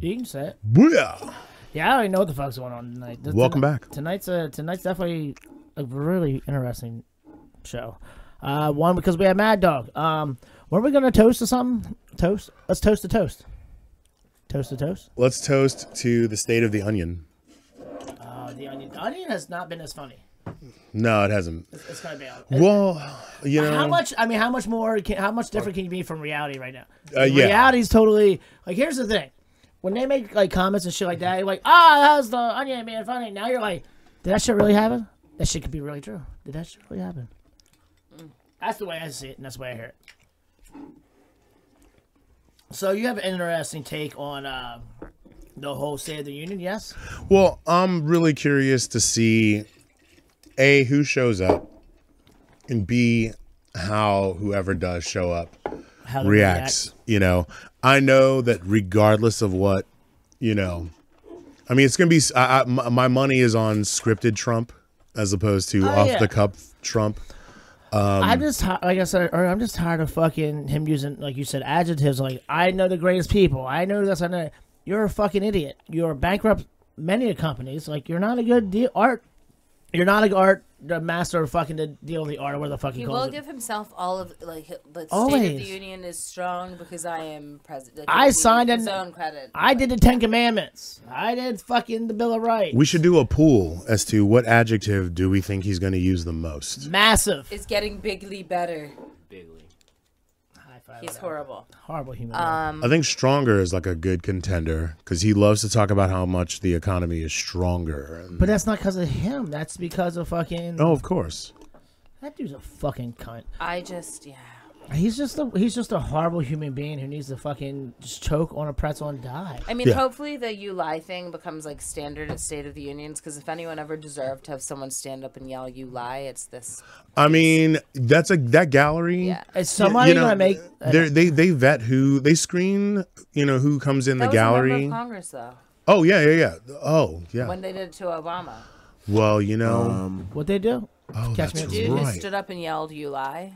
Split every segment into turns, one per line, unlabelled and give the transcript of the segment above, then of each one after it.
You can say it.
Booyah!
Yeah, I don't even know what the fuck's going on tonight. This-
Welcome
tonight-
back.
Tonight's a tonight's definitely a really interesting show. Uh, one because we have Mad Dog. Um, were we gonna toast to something? Toast. Let's toast to toast. Toast to toast.
Let's toast to the state of the onion.
Uh, the onion. The onion has not been as funny.
No, it hasn't.
It's, it's gonna be out.
Well, you know,
How much? I mean, how much more? Can, how much different can you be from reality right now?
Uh, yeah.
Reality's totally like. Here's the thing: when they make like comments and shit like that, you're like, ah, how's the onion man funny? Now you're like, did that shit really happen? That shit could be really true. Did that shit really happen? That's the way I see it, and that's the way I hear it. So you have an interesting take on uh, the whole State of the Union, yes?
Well, I'm really curious to see A, who shows up, and B, how whoever does show up
How they
reacts. You know, I know that regardless of what, you know, I mean, it's going to be, I, I, my my money is on scripted Trump as opposed to off
Oh, yeah.
the cuff Trump.
I'm just ti- like I said, or I'm just tired of fucking him using like you said adjectives like I know the greatest people. I know this. I know that." you're a fucking idiot. You're bankrupt many companies. Like you're not a good de- art. You're not a art the master of fucking the deal of the art or whatever the fuck he
He will
calls it.
give himself all of like, he- but State of
Always.
the Union is strong because I am president.
I signed
his
an-
own credit.
I did the Ten Commandments. I did fucking the Bill of Rights.
We should do a pool as to what adjective do we think he's going to use the most.
Massive.
It's getting bigly better.
Bigly.
High five.
He's horrible.
horrible human.
um,
I think stronger is like a good contender because he loves to talk about how much the economy is stronger. And-
but that's not because of him. That's because of fucking.
oh, of course.
That dude's a fucking cunt.
I just yeah.
He's just a he's just a horrible human being who needs to fucking just choke on a pretzel and die.
I mean,
Yeah.
hopefully the you lie thing becomes like standard at State of the Unions because if anyone ever deserved to have someone stand up and yell "you lie," it's this.
I mean, that's a that gallery.
Yeah.
Is somebody
you know,
gonna make?
they're- they they vet who they screen. You know who comes in
That
the
was a member of
gallery.
Congress though
Oh yeah, yeah, yeah. Oh yeah.
when they did it to Obama,
well, you know.
what they do?
oh,
Um, catch
that's
me
dude who
right.
stood up and yelled "you lie."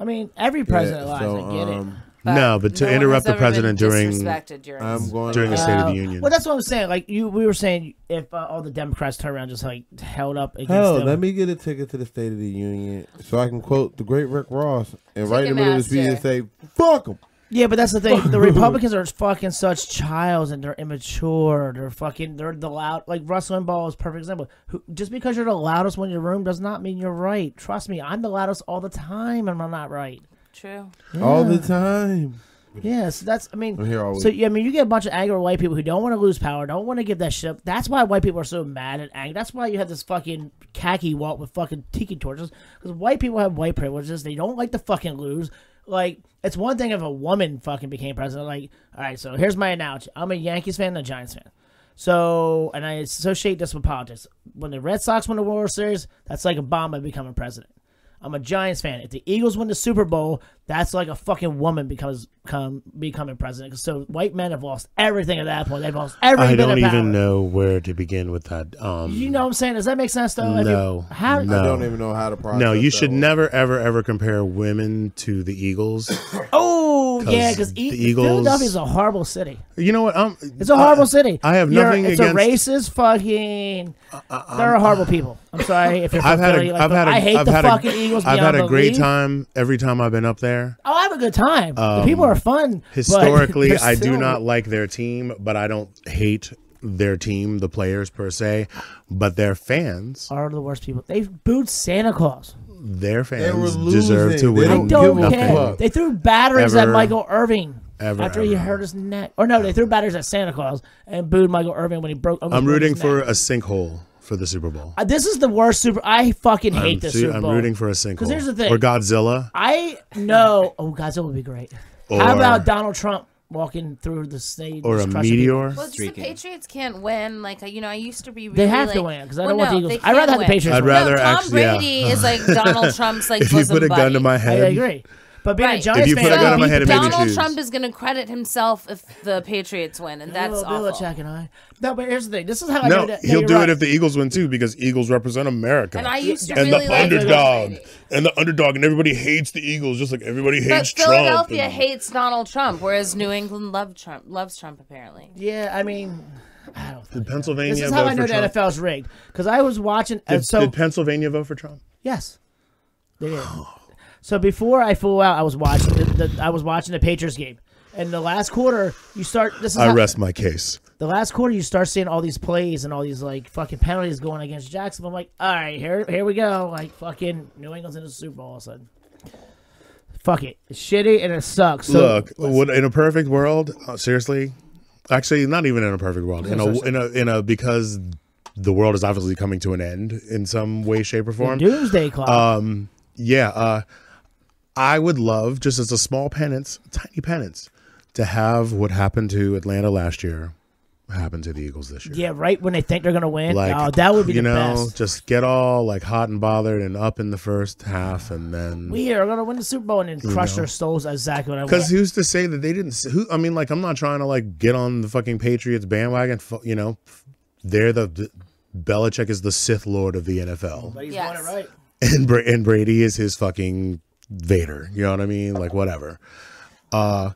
I mean, every president
Yeah,
lies.
so,
I get
um,
No, but to
one
interrupt
has
the
ever been
president during-
disrespected during
I'm going
During the
to
it.
State of
Uh,
the Union.
Well, that's what I'm saying. Like you, we were saying, if uh, all the Democrats turn around, just like held up against
Hell,
them.
Oh, let me get a ticket to the State of the Union so I can quote the great Rick Ross and right in the middle of the speech and say, "Fuck them."
yeah, but that's the thing. The Republicans are fucking such childs, and they're immature. They're fucking. They're the loud. Like Russ Limbaugh is a perfect example. Who, just because you're the loudest one in your room does not mean you're right. Trust me, I'm the loudest all the time, and I'm not right.
True.
all the time.
Yeah, so that's I mean,
I'm here all
so
week.
yeah, I mean, you get a bunch of angry white people who don't want to lose power, don't want to give that shit up. That's why white people are so mad and angry. That's why you have this fucking khaki walt with fucking tiki torches because white people have white privileges. They don't like to fucking lose. Like it's one thing if a woman fucking became president. Like, all right, so here's my analogy: I'm a Yankees fan and a Giants fan. So, and I associate this with politics. When the Red Sox win the World Series, that's like Obama becoming president. I'm a Giants fan. If the Eagles win the Super Bowl, that's like a fucking woman becomes come becoming president. So white men have lost everything at that point. They've lost everything.
I don't
of power.
even know where to begin with that. Um,
You know what I'm saying? Does that make sense though? If you-
No.
how,
No.
I don't even know how to process.
no, you
that
should
one.
never, ever, ever compare women to the Eagles.
Oh yeah,
'Cause
because e-
the Eagles-
Philadelphia's a horrible city.
you know what? I'm,
It's a horrible city.
I have
You're-
nothing
it's
against-
a racist fucking. they're horrible people. I'm sorry if you're from
I've had
Philly,
a,
like,
have
but
had a,
I hate
have
the
had
fucking
a,
Eagles.
I've had
beyond
a great
belief.
time every time I've been up there.
Oh, I have a good time. the people are fun. but
Um, Historically,
they're
I do
still-
not like their team, but I don't hate their team, the players per se, but their fans,
Are the worst people. They booed Santa Claus.
their
were
fans deserve to
losing. They
win.
I
don't
don't
give a
care.
fuck.
They threw batteries
Ever.
at Michael Irving
Ever,
after he
ever.
hurt his neck. Or no, they threw batteries at Santa Claus and booed Michael Irving when he broke. almost
I'm
broke
rooting
his
for
neck.
a sinkhole for the Super Bowl.
Uh, This is the worst Super. I fucking hate
I'm,
this
su-
Super
I'm
Bowl.
rooting for a sinkhole.
here's the thing.
Or Godzilla.
I know. Oh, God, that would be great.
Or-
How about Donald Trump walking through the stage
Or a
just crushing people?
meteor.
Well, just the
Streaking.
Patriots can't win. Like you know, I used to be. Really
They have to
like-
win because I
Well,
don't want
no,
the
they
Eagles. I'd rather
can't
have the
win.
Patriots.
I'd
win.
rather
no, Tom
actually- yeah.
Brady is like Donald Trump's like
If you
bosom
put a gun to
buddy.
my
I
head,
agree. But being a
Right.
Giants
If you
fan,
put a
I
gun
would
on my
beat
head,
the
it made me
Giants.
Donald
choose.
Trump is going to credit himself if the Patriots win, and that's
Bill-
awful.
Belichick and I. No, but here's the thing. This is how I know
No,
that that
he'll
you're
do
right.
it if the Eagles win too, because Eagles represent America
And I used to
And
really
the
like Tom
underdog
Brady.
and the underdog, and everybody hates the Eagles, just like everybody
But
hates Trump.
Philadelphia
and-
hates Donald Trump, whereas New England loved Trump, loves Trump apparently.
Yeah, I mean,
Did
this
Pennsylvania
is how
vote
I know
for
the
Trump?
NFL's rigged because I was watching. and
Did,
so
did Pennsylvania vote for Trump?
Yes, they did.
Oh.
so before I flew out, I was watching the, the I was watching the Patriots game, and the last quarter, you start. This is
I
how,
rest my case.
the last quarter. You start seeing all these plays and all these like fucking penalties going against Jacksonville. I'm like, all right, here here we go. Like fucking New England's in the Super Bowl all of a sudden. Fuck it, it's shitty and it sucks. So,
Look, what in a perfect world, uh, seriously, actually, not even in a perfect world, in a in a in a because the world is obviously coming to an end in some way, shape, or form.
doomsday clock.
Yeah, uh, I would love just as a small penance, tiny penance, to have what happened to Atlanta last year happen to the Eagles this year.
yeah, right when they think they're gonna win.
Like
oh, that would be
you
the
know,
best.
just get all like hot and bothered and up in the first half, and then
we are gonna win the Super Bowl and then crush their souls. Exactly what I
Because
want.
who's to say that they didn't? s- Who I mean, like, I'm not trying to like get on the fucking Patriots bandwagon. fu- You know, they're the, the Belichick is the Sith Lord of the NFL,
He's
Yes.
doing it right.
and Bra- and Brady is his fucking Vader. You know what I mean? Like, whatever. Uh,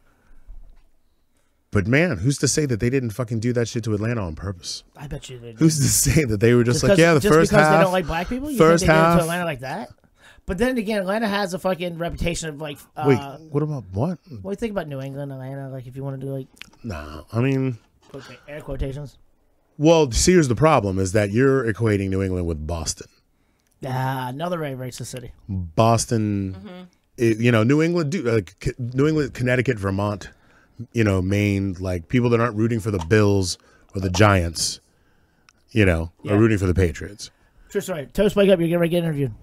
but man, who's to say that they didn't fucking do that shit to Atlanta on purpose?
I bet you they do.
Who's to say that they were just, like,
'cause-
yeah, the
just
first
because
half
they don't like black people. You
first
think they did it
half-
to Atlanta like that. But then again, Atlanta has a fucking reputation of like. Uh,
Wait, what about what?
What do you think about New England, Atlanta? Like, if you want to do like
Nah, I mean,
quote- air quotations.
well, see, here's the problem: is that you're equating New England with Boston.
Ah, another very racist city.
Boston, it- you know, New England, do like C- New England, Connecticut, Vermont, you know, Maine, like people that aren't rooting for the Bills or the Giants, you know,
Yeah.
are rooting for the Patriots.
True story. Toast, wake up! You're getting ready to get interviewed.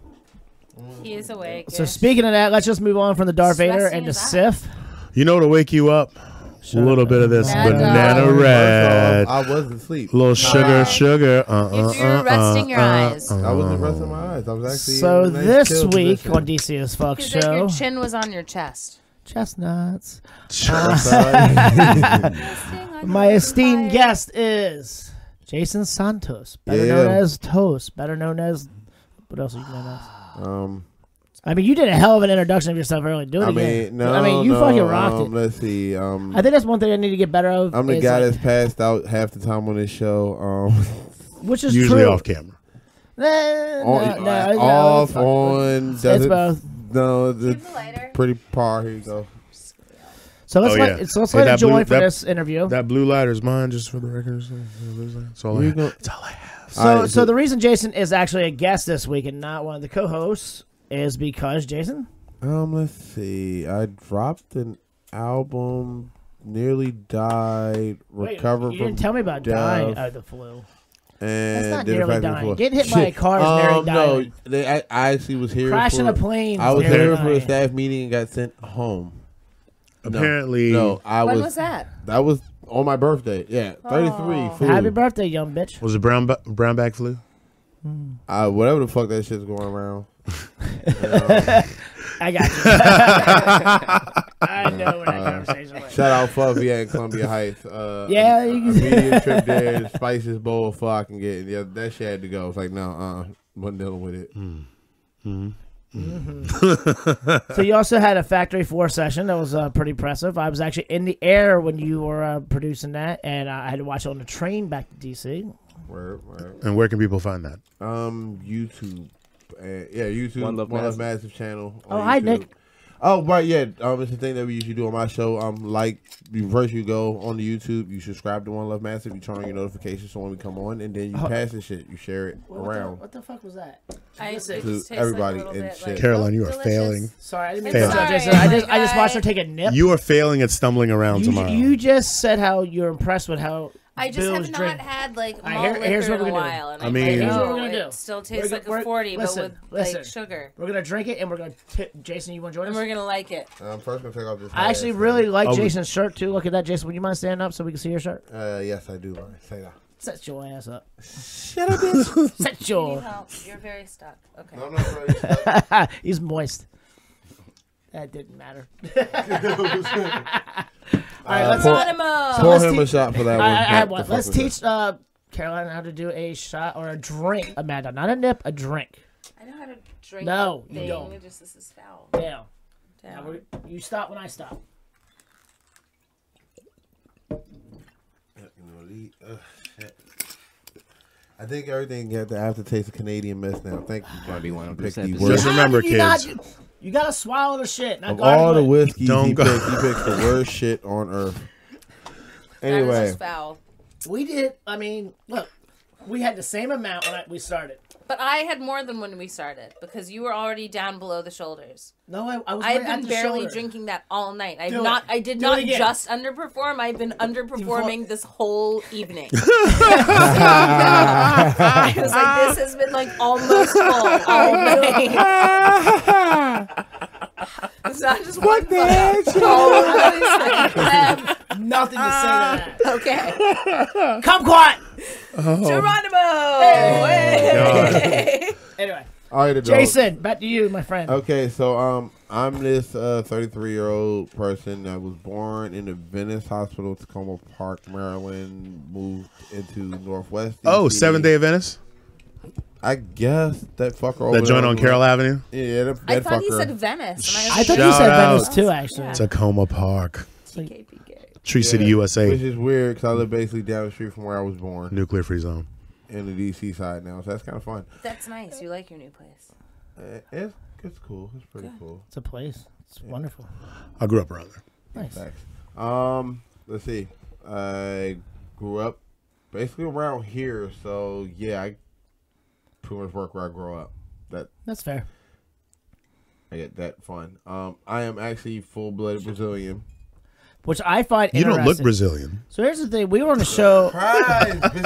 He is awake.
So speaking of that, let's just move on from the Darth Vader
Stressing
and the
his
Sith.
You know, to wake you up, a little bit of this
Mad
banana
dog.
red,
I wasn't asleep.
little sugar,
Alright.
sugar. Uh, uh,
if you're
uh,
resting
uh,
your eyes,
I wasn't resting my eyes. I was actually.
So
in a nice
this
chill
week
position.
on DC as Fuck
it's like your
Show,
chin was on your chest.
chestnuts.
sure.
My esteemed guest is Jason Santos, better
Yeah.
known as Toast, better known as what else are you known as?
Um,
I mean, you did a hell of an introduction of yourself earlier. Do it
I
again.
mean, no,
I mean, you
no,
fucking rocked
um,
it.
Let's see. Um,
I think that's one thing I need to get better of.
I'm the
is,
guy
like-
that's passed out half the time on this show. Um,
which is
Usually
true.
off camera.
Nah, no, no,
on,
no,
Oh, off
it's not.
on. doesn't-
both.
No, it's
the lighter.
pretty par. Here you go.
So let's
Oh,
let
yeah.
so let's
Hey,
let
that
it join
blue-
for
that-
this interview.
That blue light is mine, just for the record. It's all I
You
have.
go-
It's all I have.
so
I-
so the reason Jason is actually a guest this week and not one of the co-hosts is because Jason.
Um, let's see. I dropped an album. Nearly died.
Wait,
Recovered
you
from.
didn't tell me about
death,
dying of the flu.
And
That's not
did
nearly
affect me
dying.
before.
Getting hit by a car is nearly
um,
dying.
No, they, I, I actually was here.
Crashing
for,
a plane
I
is
was
nearly
here for a
dying.
staff meeting and got sent home. No,
Apparently-
no, I
When
was.
was that?
That was on my birthday. Yeah, thirty-three. fool.
Happy birthday, young bitch.
Was it brown ba- brown bag flu?
Uh, whatever the fuck that shit's going around.
I got you. I know where that conversation went.
Shout out Fluffy at Columbia Heights. Uh,
Yeah,
a, a
you-
medium trip there, the spiciest bowl of fuck I can get. Yeah, that shit had to go. It's like no, uh, wasn't dealing with it.
Hmm.
So you also had a Factory Four session that was uh, pretty impressive. I was actually in the air when you were uh, producing that, and I had to watch it on the train back to DC.
Word, word.
And where can people find that?
Um, YouTube. Uh, yeah, YouTube.
One
One
Love
Love,
Massive.
Massive channel.
Oh,
on
hi,
YouTube.
Nick.
Oh, right, yeah. Um, it's the thing that we usually do on my show. Um, like you- first you go on the YouTube, you subscribe to One Love Massive, you turn on your notifications so when we come on, and then you pass the shit, you share it around.
the fuck was that?
I used to
To
just taste
everybody
like a
and
little bit,
shit.
Like,
Caroline, you
oh,
are
delicious.
failing.
Sorry, I didn't mean
Fail.
to interrupt
Sorry,
Jason. I just I
my
just watched her
guy.
take a nip.
You are failing at stumbling around
You,
tomorrow.
you just said how you're impressed with how
I just
Bill's
have not
drink.
had like malt
right, here-
liquor
here's what
in a
we're gonna do.
while, and
I
I,
mean-
think,
Here's
what
oh,
we're gonna do.
It still
We're
tastes
gonna-
like
we're-
a forty,
listen,
but with
listen.
like sugar,
We're gonna drink it and we're gonna tip. Jason, you want to join us?
and we're gonna like it.
I'm first gonna take off this.
I actually
hat.
really like
Oh, we-
Jason's shirt too. Look at that, Jason. Would you mind standing up so we can see your shirt?
Uh, yes, I do. Lauren. Say that.
Set your ass up.
Shut up, bitch.
Set
You
your.
help. You're very stuck. Okay.
I'm not very.
He's moist. That didn't matter. All right, let's,
Paul-
let-
Geronimo!
Pour
Oh, let's
him
te-
a shot for that
I,
one.
I
What
have
Uh, the
one.
fuck
Let's
was that?
teach uh, Caroline how to do a shot or a drink, Amanda. Not a nip, a drink.
I know how to drink.
No,
that
you
thing.
don't.
It just this is foul.
Yeah.
Damn.
Now we're- You stop when I stop.
I think everything got the aftertaste of Canadian mess now. Thank you. Gonna
be one
picked the
100%
worst.
Just remember,
How did you not
kids.
do- you gotta swallow the shit. Not
Of all the
whip.
whiskeys
Don't
he
go-
picked, he picked the worst shit on earth.
That is
Anyway,
just foul.
we did. I mean, look, we had the same amount when I, we started.
But I had more than when we started because you were already down below the shoulders.
No, I, I was. right
I have
at
been
the
barely
shoulder.
drinking that all night. I've
Do it.
not. I did
Do it
not
again.
just underperform. I've been underperforming this whole evening. I was like, this has been like almost full all night. it's not just what the heck?
Nothing to say to that.
Okay,
Come quiet.
Geronimo.
Anyway,
all right, adults.
Jason, back to you, my friend.
Okay, so um, I'm this uh 33 year old person that was born in the Venice Hospital, Tacoma Park, Maryland. Moved into Northwest.
Oh,
DC.
Seventh Day of Venice.
I guess that fucker. over
That
there
joint on Carroll Avenue.
Yeah, that,
I
that
thought
fucker.
he said Venice. and
I thought you
Shout
said
out.
Venice too, actually.
Tacoma Park,
like, TKPK.
Tree City,
Which
USA,
is weird because I live basically down the street from where I was born
nuclear free zone.
in the DC side now, so that's kind of fun.
That's nice. You like your new place.
Uh, It's, it's cool. It's pretty cool.
It's a place. It's wonderful.
I grew up around there.
Nice.
Facts. Um, let's see. I grew up basically around here, so yeah, I pretty much work where I grow up. That
That's fair.
I get that fun. Um, I am actually full blooded Brazilian.
Which I find
You don't look
interesting.
Brazilian.
So here's the thing: we were on a show.
Prize, bitches.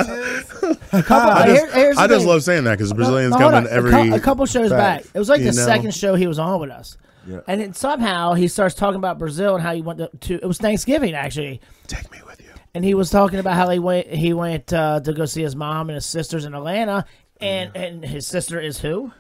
Uh,
I
here-
just,
here's the
I just
thing.
love saying that because Brazilians
No,
come
hold
in
on.
every.
a, cou- a couple shows
Facts,
back. It was like
you
the
know?
second show he was on with us.
Yeah.
And then somehow he starts talking about Brazil and how he went to, to it was Thanksgiving actually,
Take me with you.
and he was talking about how he went he went uh, to go see his mom and his sisters in Atlanta, and and his sister is who?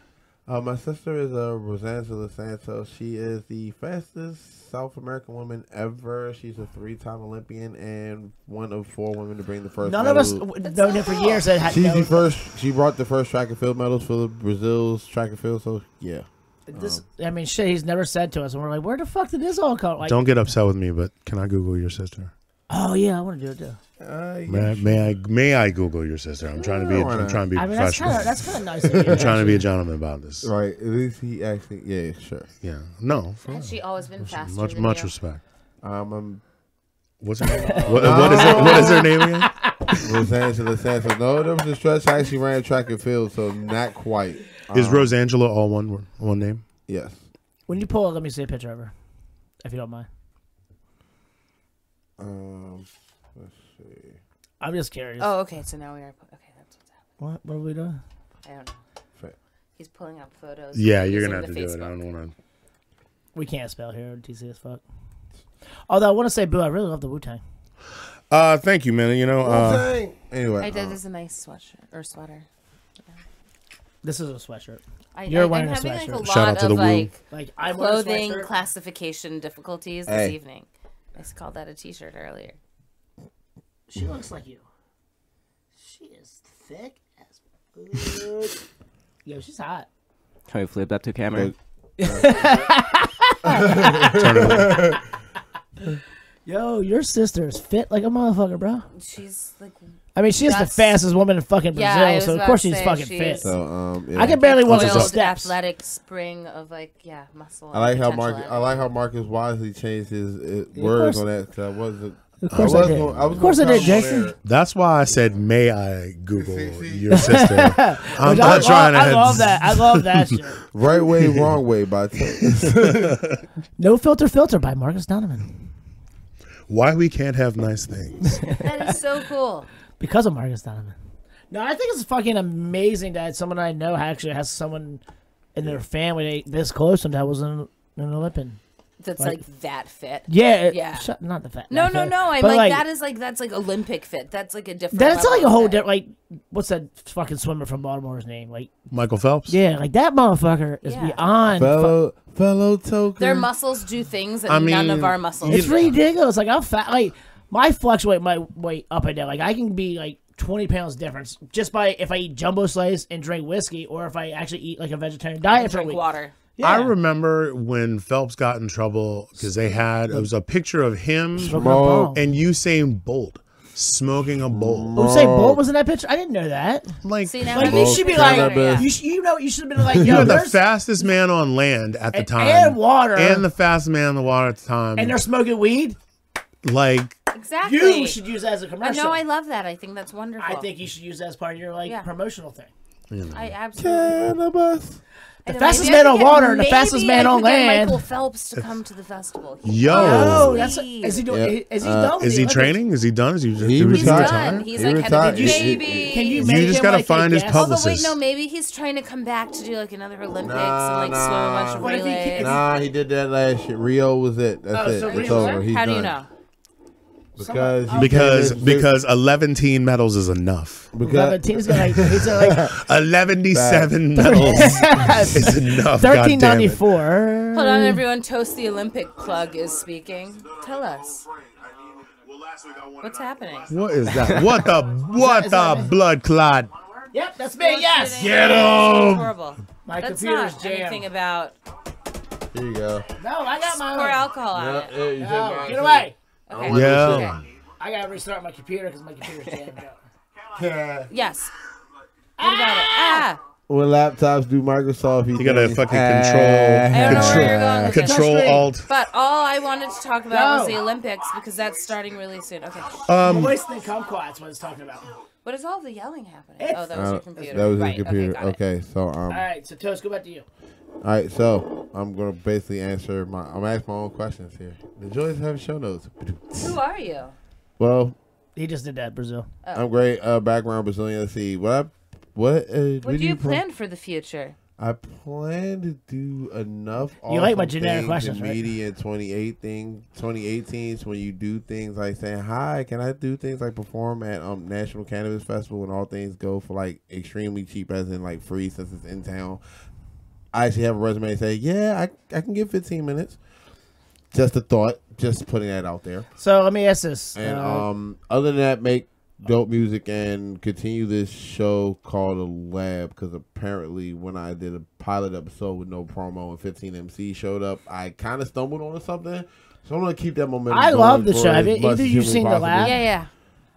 Uh, my sister is uh, Rosangela Santos. She is the fastest South American woman ever. She's a three-time Olympian and one of four women to bring the first.
None of us
medal.
w- known him for years that had
She's
no,
the first. She brought the first track and field medals for the Brazil's track and field. So yeah,
this. I mean, shit, he's never said to us, and we're like, where the fuck did this all come? Like,
Um, Don't get upset with me, but can I Google your sister?
oh yeah, I want to do it too.
uh,
May I, may I may I Google your sister? I'm trying to be
why
I'm
not?
trying to be
I mean, that's
professional.
kind of that's kind of nice. Of you,
I'm trying to be a gentleman about this.
right. At least he actually. Yeah, sure.
Yeah. No. For
Has she always been faster?
much
than
much
you?
respect.
Um, I'm
What's her name? what, what is her, what is her name again?
Rosangela Santos. No, there was a stretch. I actually ran track and field, so not quite. Um,
Is Rosangela all one word- one name?
Yes.
When you pull, it, let me see a picture of her, if you don't mind.
Um, let's see.
I'm just curious.
Oh, okay. So now we are. Okay, that's what's happening.
What what are we doing?
I don't know.
Fa-
He's pulling up photos.
Yeah,
He's
you're
in
gonna have to
the
do it. I
Facebook.
don't want to.
We can't spell here on DC as fuck. Although I want to say boo, I really love the Wu Tang.
Uh, thank you, man. You know, uh,
Wu-Tang. anyway,
I did
um,
this a nice sweatshirt or sweater.
This is a sweatshirt.
I,
You're
I,
wearing
I'm
a
having
sweatshirt.
like a
Shout
lot
out to
of
the Wu.
like
Like I wear a
clothing
sweatshirt.
classification difficulties this
Hey.
evening. I s- called that a t-shirt earlier.
she looks like you. She is thick as fuck. Yo, she's hot.
Can we flip that to camera?
Look.
Yo, your sister is fit like a motherfucker, bro.
She's like,
I mean, she is
That's-
the fastest woman in fucking
Yeah, I
Brazil,
was
so of
about
course
to
she's
say
fucking
she
fit.
is-
So um, yeah.
I can barely walk up the
oiled,
steps.
athletic spring of like, yeah, muscle.
I like how Mark.
Mark.
I like how Marcus wisely changed his, uh
course.
words on that. 'cause I wasn't.
Of course I
was
did.
gonna- I was
Of course
gonna
I did,
comment
Jason.
there.
that's why I said, "May I Google
see?
your sister?" I'm
I,
not
love,
trying to.
I love that. I love that shit.
Right way, wrong way. By Tay.
No filter, filter by Marcus Donovan
Why we can't have nice things?
That is so cool.
because of Marcus Donovan. No, I think it's fucking amazing that someone I know actually has someone in their family they- this close and that was an an Olympian.
that's
Like-
like, that fit.
Yeah, it-
Yeah.
shut, not the fat.
No,
not
no,
fat.
no. I'm
But,
like, that is like that's like Olympic fit. That's like a different.
That's
level
like a
of
whole
fit.
different. Like, what's that fucking swimmer from Baltimore's name? Like,
Michael Phelps.
yeah, like that motherfucker is
Yeah.
beyond. fu-
fellow fellow token.
Their muscles do things that
I
none
mean,
of our muscles.
it's
do.
ridiculous. Like I'm fat. Like my fluctuate my weight up and down. Like I can be like 20 pounds difference just by if I eat jumbo slice and drink whiskey, or if I actually eat like a vegetarian diet for a
drink
week.
water.
Yeah.
I remember when Phelps got in trouble because they had it was a picture of him
Smoking a
Small-
bong.
and Usain Bolt smoking a bowl.
Usain Bolt was in that picture. I didn't know that.
Like
See now,
Like
I'm-
you should be
Smoking
like,
cannabis.
you, sh- you know, you should have been like,
you
yo,
were the
there's
fastest man on land at the
and-
time,
and water.
and the fastest man in the water at the time.
and they're smoking weed.
like
exactly.
You should use that as a
I
commercial.
know. I love that. I think that's wonderful.
I think you should use that as part of your like
Yeah.
promotional thing.
I absolutely.
cannabis.
The
fastest man on water and the fastest man on land.
Michael Phelps to come to the festival. He-
Yo.
Oh,
Oh,
that's is he doing?
Yeah.
Is he done? With
Uh, is
the
he
Olympics?
training? Is he done? Is he,
He
did
was
He's
Retired.
done. He's
He
like had a
retired.
big
He-
baby.
Can you?
You
make
just
him,
gotta
like, a
find his
guest?
public-
Although Oh, wait,
publicist?
no, maybe he's trying to come back to do like another Olympics
Nah,
and like
nah.
swim a
What
bunch
if
of
he can't-
relays.
Nah, he did that last year. Rio was it. That's
Oh,
it.
so
it's
Rio-
over. He's
How do
done.
you know? Oh.
Because he
Because
came in-
because eleven teen medals is enough.
But
because
the team's gonna like, he's gonna, like
Eleventy seven medals is enough.
thirteen ninety
goddammit.
four.
Hold on, everyone. Toast the Olympic plug is speaking. Tell us what's happening.
What is that? What the what the blood clot?
Yep, that's me. Yes,
Get
him!
Horrible.
my
That's
computer's
not anything
jammed.
about
here you go.
No, I got my.
pour
own.
alcohol on
Yeah,
it.
yeah, you
No,
Oh,
said
get
mine.
away.
Okay.
Yeah.
I gotta restart my computer because my computer's jammed out.
Yeah.
Yes. What about it? Ah,
When laptops do Microsoft, he
You gotta
thinks,
fucking
"Ah,
control-
I don't know where you're going with this.
Control alt.
But all I wanted to talk about was
No.
the Olympics because that's starting really soon. Okay.
Uh,
I'm wasting kumquats. What it's talking about. All
What is all the yelling happening?
It's-
oh, that was
Uh,
your computer.
That was
right.
his computer.
Okay. got it.
Okay, so um, all
right, so toast. Go back to you.
right, so I'm gonna basically answer my. I'm asking my own questions here. The joys have show notes.
Who are you?
Well,
He just did that, Brazil.
I'm great. Uh, background Brazilian. Let's see what I, what. Uh,
Oh. What do you plan for the future?
I plan to do enough.
You like my
awesome
generic
things
questions,
in
right?
Media in 28 thing, 2018 is when you do things like saying hi. Can I do things like perform at um National Cannabis Festival and all things go for like extremely cheap, as in like free since it's in town. I actually have a resume and say yeah, I I can get 15 minutes. Just a thought. Just putting that out there.
So let me ask this.
And
uh,
um, other than that, make dope music and continue this show called The Lab because apparently when I did a pilot episode with no promo and 15 MC showed up, I kind of stumbled onto something. So I'm gonna keep that momentum.
I
going
love the
for
show.
as
Have you-
much
either
as
you've
humanly
seen The
possible.
Lab?
Yeah, yeah.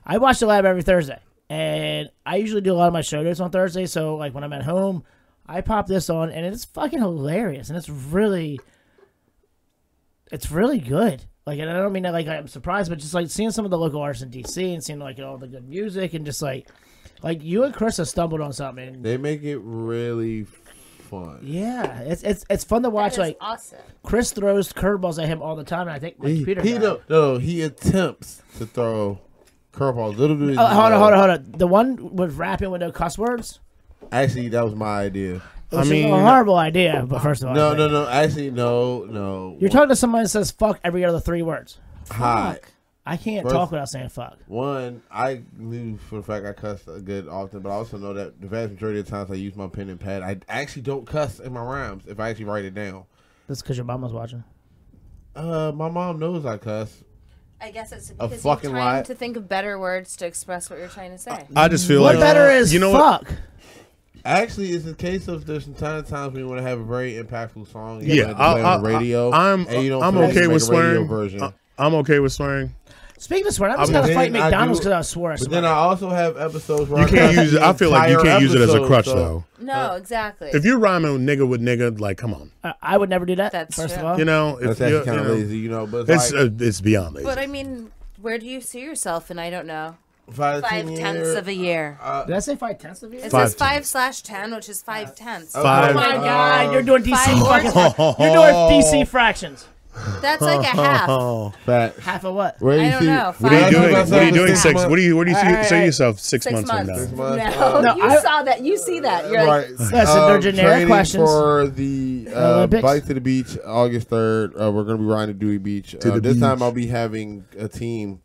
I watch the lab every Thursday, and I usually do a lot of my show notes on Thursday. So like when I'm at home, I pop this on, and it's fucking hilarious, and it's really, it's really good. Like, and I don't mean that like I'm surprised, but just like seeing some of the local artists in DC and seeing like all the good music and just like, like you and Chris have stumbled on something. and-
They make it really fun.
yeah, it's it's it's fun to watch. Like
awesome.
Chris throws curveballs at him all the time, and I think my
He,
computer.
he
died.
no, no, he attempts to throw curveballs. Little dude.
Oh, hold on, hold on, hold on. The one with rapping with no cuss words.
Actually, that was my idea.
I mean, a horrible idea. But first of all, I
No,
think-
no, no. Actually, no, no.
You're talking to somebody that says fuck every other three words.
hot.
I can't
First-
talk without saying fuck.
One, I knew for the fact I cuss a good often, but I also know that the vast majority of times I use my pen and pad, I actually don't cuss in my rhymes if I actually write it down.
That's because your mama's watching.
Uh, my mom knows I cuss.
I guess it's because you have
fucking
time
lie.
to think of better words to express what you're trying to say.
I just feel
What
like
better
uh,
is
you know what?
fuck?
Actually, it's a case of there's some time times when you want to have a very impactful song. You
Yeah,
wanna play
I-
on the
I-
radio.
I- I'm-
and you don't
I'm
feel like you
okay
make
with
a radio
swearing. Uh,
Version.
I- I'm okay with swearing.
Speaking of swearing, I'm just
But
going to fight
then I
McDonald's
do-
because I swore. at
but then
somebody.
I also have episodes where
You
I
can't
cuss
use.
the
I feel like you
entire
can't use it as a
episode,
crutch
so-
though.
No, exactly.
If you're rhyming nigga with nigga, like come on,
I, I would never do that.
That's
first of
true.
all,
you know. If
That's actually
you're-
kind
you
of
know,
lazy, you know. But it's
It's
like,
uh, it's beyond lazy.
But I mean, where do you see yourself in I don't know
five,
five tenths of a year?
did I say five tenths of you?
It
Five
says five slash ten, which is five tenths.
Five-
Oh my
Uh,
god, you're doing DC
Five
fucking.
words.
You're doing DC fractions.
That's like a half.
Oh, that.
Half of what?
Where
I
you
don't
see-
know.
What are you
Five-
doing?
That's
What are you
about
doing?
six
Six?
months.
What do you? What do you see,
Alright,
say
alright.
yourself six,
Six
months,
months.
from now?
months,
No,
uh,
you
I-
saw that. You see that. You're like,
Right. Um,
Listen, they're generic
training
questions.
For the uh,
Olympics?
Bike to the Beach, August 3rd. Uh, we're going to be riding to Dewey Beach.
To
uh,
the
this time
beach.
I'll be having a team.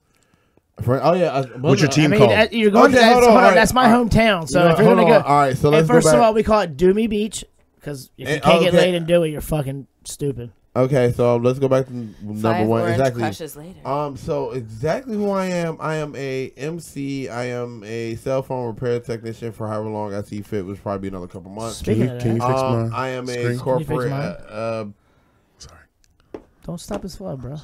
For, oh, yeah. I-
What's your
I
team
mean,
called?
that- you're going.
Okay,
to, that's,
hold
hold
on,
on,
alright,
that's my
I-
hometown. So
No,
if you're
hold
gonna
on,
go,
all right, so
and
let's go
first of
back.
all, we call it Doomy Beach because if you
Eh,
can't get
okay.
laid in Dewey, you're fucking stupid.
Okay, so let's go back to n- number
five
one.
orange
Exactly.
crushes later.
Um, so exactly who I am, I am a MC. I am a cell phone repair technician for however long I see fit, which probably be another couple months.
Speaking
Can you-
of
can
that,
you- fix
Um,
my
I am a
screen?
you fix
corporate. Uh,
mine?
uh,
Sorry.
don't stop his flow, bro.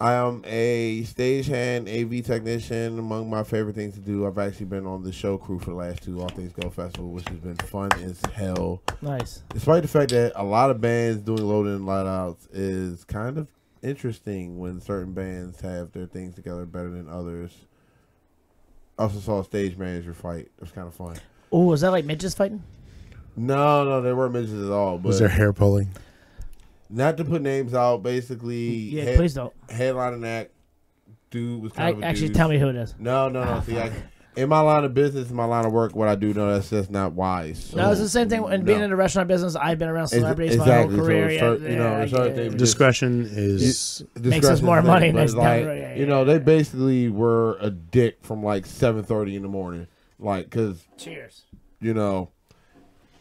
I am a stagehand, AV technician. Among my favorite things to do, I've actually been on the show crew for the last two All Things Go Festival, which has been fun as hell.
Nice.
despite the fact that a lot of bands doing loading and light outs is kind of interesting when certain bands have their things together better than others. I also saw a stage manager fight. It was kind of fun.
Oh, was that like midgets fighting?
No, no, they weren't midgets at all. But
Was there hair pulling?
not to put names out, basically,
Yeah,
head-
please don't.
headline and act dude was kind
I,
of a
actually,
douche.
tell me who it is.
No, no, no. See, I, in my line of business, in my line of work, what I do know that's just not wise.
No, it's the same thing. And being
Oh, no.
in the restaurant business, I've been around celebrities
exactly,
my
so
whole career.
it's cer- you know,
yeah,
it's certain
yeah.
things-
Discretion is.
Makes us more
discretion's
money
thing, but
next
it's
time,
like,
right, yeah,
You know, they basically were a dick from like seven thirty in the morning, like because
Cheers.
you know,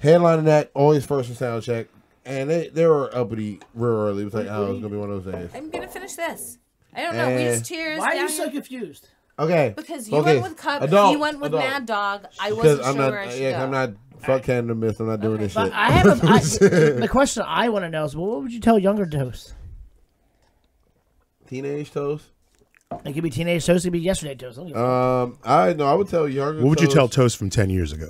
headlining that always first and sound check, and they they were uppity real early. It was like, oh, it's gonna be one of those days.
I'm gonna finish this. I don't know. we
Eh.
just cheers.
Why are
down
you so
here.
confused?
Okay,
Because you
okay.
went with Cup,
Adult,
he went with
adult.
Mad Dog. I
Because
wasn't
I'm
sure
not,
where I should
yeah,
go.
I'm not fuck Canada Miss. I'm not doing this
But
shit.
I have a, I, the question I want to know is, well, what would you tell younger toast?
Teenage toast.
It could be teenage toast. It could be yesterday toast. I don't give a-
Um, I know. I would tell younger.
What would you
toast-
tell Toast from ten years ago?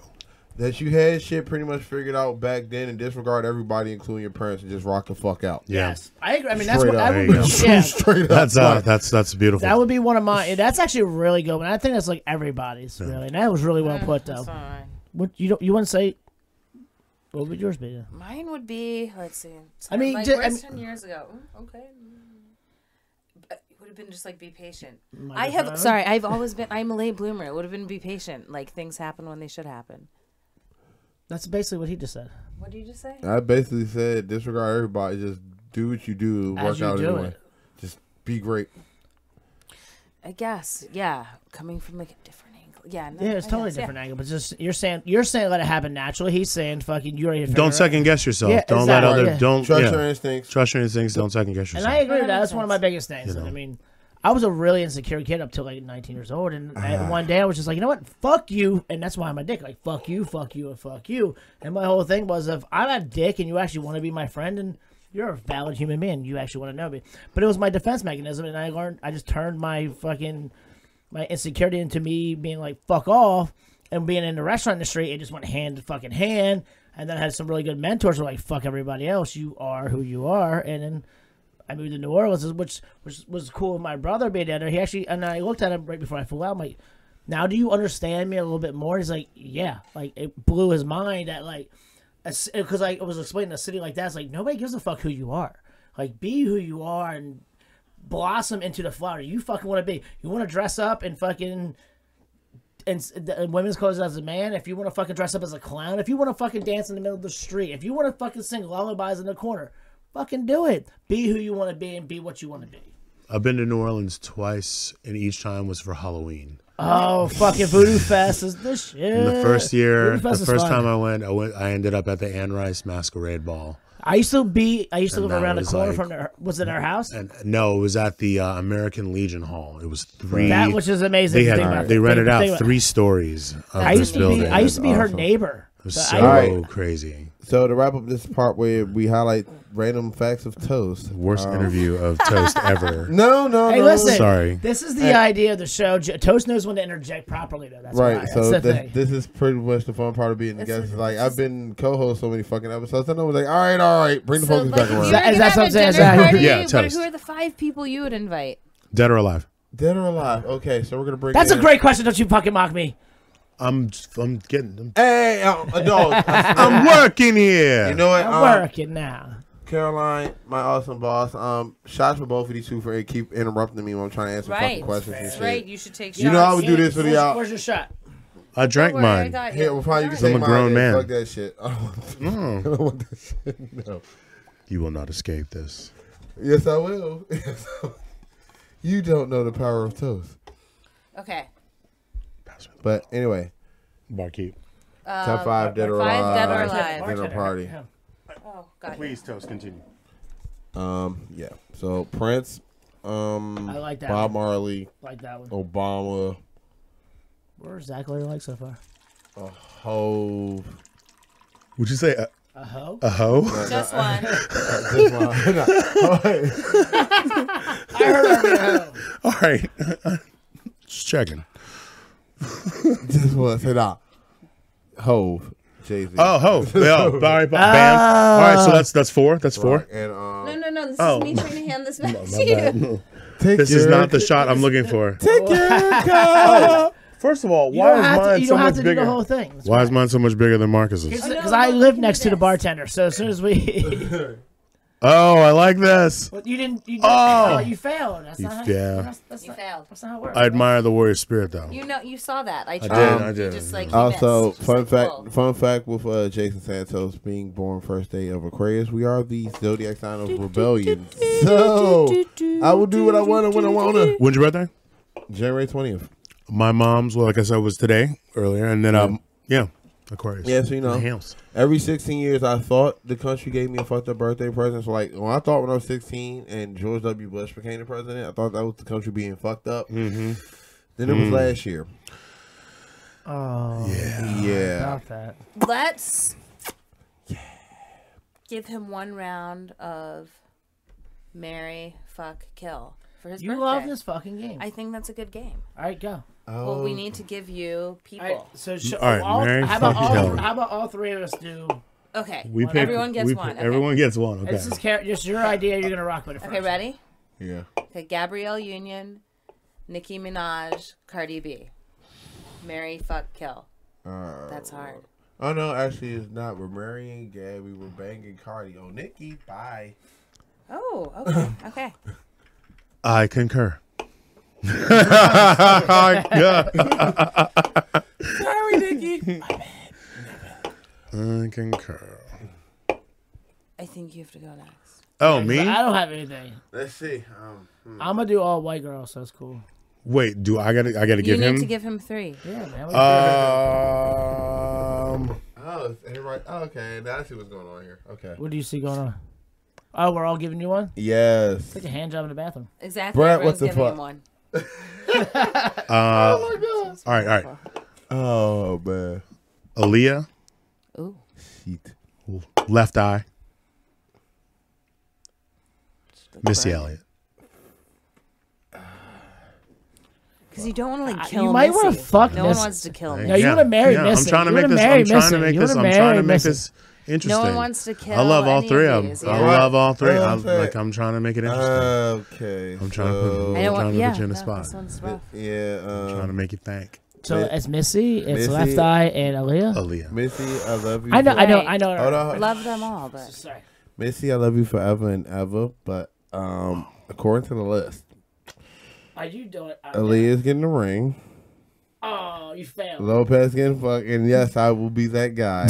that you had shit pretty much figured out back then and disregard everybody, including your parents, and just rock the fuck out.
Yeah.
yes, I agree. I mean, that's
Straight
what
up.
that
There
would
you
be.
go.
Yeah,
Straight up.
That's uh,
Like,
that's that's beautiful.
that would be one of my. That's actually a really good one. I think that's like everybody's really, and that was really well put though.
Sorry.
What you don't you want to say? What would yours be?
Mine would be let's see.
I mean,
like,
ju- I
where's
mean-
ten years ago. Mm, Okay. But It would have been just like be patient. I
Microphone?
have sorry. I've always been. I'm a late bloomer. It would have been be patient. Like things happen when they should happen.
That's basically what he just said.
What did you just say?
I basically said disregard everybody. Just do what you do.
As
Work
you
out
do
anyway.
it.
Just be great.
I guess. Yeah. Coming from like a different angle. Yeah. No,
Yeah, it's
I
totally
guess, yeah.
different angle. But just you're saying you're saying let it happen naturally. He's saying fucking you already. figured it
don't
out.
second guess yourself.
Yeah,
don't let
exactly.
other
Yeah.
don't
Trust
yeah.
your instincts.
trust your instincts. Don't second guess
And
yourself.
I agree
That
with that.
makes
That's one of my
sense.
biggest things. I mean, I was a really insecure kid up till like 19 years old, and
Ah.
that one day I was just like, you know what, fuck you, and that's why I'm a dick. Like fuck you, fuck you, and fuck you. And my whole thing was if I'm a dick and you actually want to be my friend and you're a valid human being, you actually want to know me. But it was my defense mechanism, and I learned. I just turned my fucking my insecurity into me being like fuck off and being in the restaurant industry it just went hand to fucking hand and then I had some really good mentors who were like fuck everybody else you are who you are and then I moved to New Orleans which which was cool with my brother being down there he actually and I looked at him right before I flew out I'm like now do you understand me a little bit more he's like yeah like it blew his mind that like because I was explaining a city like that it's like nobody gives a fuck who you are like be who you are and blossom into the flower you fucking want to be. You want to dress up and fucking and s- the- in women's clothes as a man. If you want to fucking dress up as a clown. If you want to fucking dance in the middle of the street. If you want to fucking sing lullabies in the corner. Fucking do it. Be who you want to be and be what you want to be.
I've been to New Orleans twice, and each time was for Halloween.
Oh, fucking Voodoo Fest is the shit.
And the first year,
Voodoo
the
Fest is
first
fun.
time I went, I went, I ended up at the Ann Rice Masquerade Ball,
I used to be, I used to
And
live
that
around the
was
corner
like-
from their, was it our house?
and no, it was at the uh, American Legion Hall. It was three.
That which is amazing.
they
to
had
think about.
they
Think-
rented out
think about-
three stories of
I
this
used to
building.
be, I used to be her
Awesome.
neighbor.
it was
So
so
I-
Alright.
crazy.
So to wrap up this part where we highlight random facts of toast.
Worst
Um,
interview of Toast ever.
No, no,
Hey,
no.
listen.
Sorry.
This is the idea of the show. Jo- Toast knows when to interject properly, though. That's
Right,
Why. That's
so
the
this,
thing.
this is pretty much the fun part of being the
This is-
guest. Like I've been co-host so many fucking episodes, and I was like, all right, all right, bring the
So,
focus
like,
back
if you were
around.
Is that-
gonna
is that
have a
something- is
dinner
that-
party,
Yeah,
what-
toast.
who are the five people you would invite?
Dead or alive?
Dead or alive? Okay, so we're gonna bring.
That's a
in-
great question. Don't you fucking mock me.
I'm I'm getting them.
Hey, um, uh, no,
I'm working here.
you know what?
I'm
um,
working now.
Caroline, my awesome boss. Um, shots for both of these two for keep interrupting me when I'm trying to answer
Right.
fucking questions and
That's
shit.
right. You should take shots.
You know I would do this for
Where's,
y'all.
where's your shot?
I drank
Don't worry, I
mine.
got
Here,
you.
well, fine, you can
All right.
I'm
take
a
mine
grown
then.
man. Mm.
Fuck that shit. I don't want, I don't want that shit. No.
You will not escape this.
Yes, I will. Yes, I will. you don't know the power of toast.
Okay.
Pass me the
But anyway,
barkeep.
top five dead or
Um, five
alive.
dead or
Bartender,
alive.
Dinner
bartender.
party.
Yeah.
Oh, God.
toast. Continue.
Um, yeah. So Prince, um,
I like that
Bob
one.
Marley, Oh.
Like that one.
Obama,
Where's Zach what do you like so far?
Hove.
Would you say uh, a,
A hoe?
a hoe?
Just one.
This one- no.
I heard of a hoe.
All right. Just checking.
Just one. Say that. Hove. Jay Z.
Oh, ho. Yeah, all right, bam. All right, so that's that's four. That's four.
And um,
No, no, no. This
Oh.
is me trying to hand this back
My
to
bad.
you.
take
This is
your-
not the shot I'm looking for.
Take your cup.
First of all,
You don't have to, you don't have to do the whole thing. That's
Why is mine so much bigger than Marcus's?
no,
Because
no,
I
you
live
can
next
do
to the
this.
bartender, so as soon as we,
Oh, I like this.
But you didn't, you didn't
Oh.
oh. you failed. That's
You
not
failed.
how. That's, that's
You
not,
failed.
that's not how it works.
I admire the warrior spirit, though.
You know, you saw that. I tried.
did, I did.
Just like you
Also,
missed. Just
Oh, fun
like
fact,
Cole.
fun fact with uh, Jason Santos being born first day of Aquarius, we are the zodiac sign of rebellion. So I will do what I want and when I want to.
When's your birthday?
January twentieth.
My mom's, well, like I said, was today earlier, and then um, yeah, Aquarius.
Yeah, so you
The
know,
house.
every sixteen years, I thought the country gave me a fucked up birthday present. So like, when I thought when I was sixteen and George W. Bush became the president, I thought that was the country being fucked up. Mm-hmm. Then it was
Mm.
last year.
Oh,
Yeah.
about that.
let's give him one round of Mary Fuck Kill for his
You
birthday.
love this fucking game.
I think that's a good game.
all right, go.
Well, we need to give you people.
All right, so sh-
All right,
all,
Mary
how about
fucking
all,
Kelly.
how about all three of us do?
Okay.
We pick,
everyone gets
we
one.
pick-
okay.
Everyone gets one. Okay.
This is char- just your idea. You're gonna rock with it. First.
Okay, ready?
Yeah.
Okay, Gabrielle Union, Nicki Minaj, Cardi B. Mary Fuck Kill.
Uh,
That's hard.
Oh no, actually, it's not. We're marrying Gabby. We're banging Cardi. Oh, Nikki, bye.
Oh, okay, okay.
I concur. I
Sorry, Nikki.
concur.
I think you have to go next.
Oh, me?
I don't have anything.
Let's see. Um, hmm.
I'm gonna do all white girls. So that's cool.
Wait, do I gotta? I gotta
You
give
need
him.
to give him three.
Yeah, man. we-
um,
oh, it's everybody. Oh, okay, now I see what's going on here. Okay.
what do you see going on? Oh, we're all giving you one.
Yes.
Take a hand job in the bathroom.
Exactly.
Brett,
everyone's
what's the
giving him
fuck?
one.
uh, all
Oh
right, all right.
Oh man.
Aaliyah,
Ooh.
Sheet.
left eye. Missy
Right.
Elliott.
Because Uh, you don't want to like
I-
kill.
you might wanna
Missy.
fuck
No one
Missy.
wants to kill
No,
me.
you wanna marry Missy.
I'm trying to
You
make
wanna
this.
marry
I'm trying
Missy.
to make
You
this.
wanna
I'm trying
marry
to make
Missy.
this interesting.
No one wants to kill.
I love all
any
three
of
of
these,
them.
yeah.
I love all three.
Yeah.
I, like I'm trying to make
Uh,
it interesting.
Okay.
I'm trying to put-
so-
I don't want.
Trying to
Yeah,
put you in a
no,
spot.
this one's rough.
Yeah. Um,
trying to make you think.
So
Mi-
it's Missy, Oh, it's
Missy.
Left Eye, and Aaliyah.
Aaliyah.
Missy, I love you.
I know, I know,
Right.
I know.
Hold on.
Love them all, but
Sorry.
Missy, I love you forever and ever. But um, according to the list,
Are you doing?
Aaliyah's getting the ring.
Oh, you failed.
Lopez getting fucked, and yes, I will be that guy.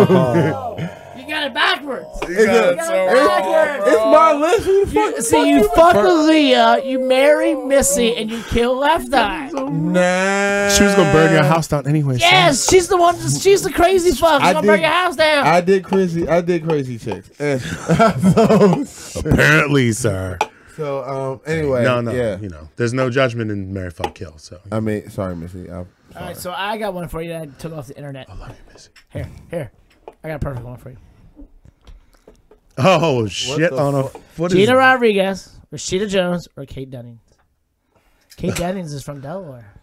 You got it backwards.
it's, it's my list. Who the fuck?
You, see, you fuck Aaliyah, you marry Missy, and you kill Left Eye.
Nah.
She was gonna burn your house down anyway. son.
Yes, she's the one. She's the crazy fuck. She's
I
gonna burn
did-
your house down.
I did crazy. I did crazy chicks. And so,
Apparently, sir.
so, um. Anyway,
No, no.
Yeah.
You know, there's no judgment in Mary Fuck Kill. So.
I mean, sorry, Missy. I'm
All
sorry.
right, so I got one for you that I took off the internet.
I love you, Missy.
Here, here. I got a perfect one for you.
Oh shit!
the
On a
fu-
what is?
Gina Rodriguez, Rashida Jones, or Kate Dennings. Kate Dennings is from Delaware.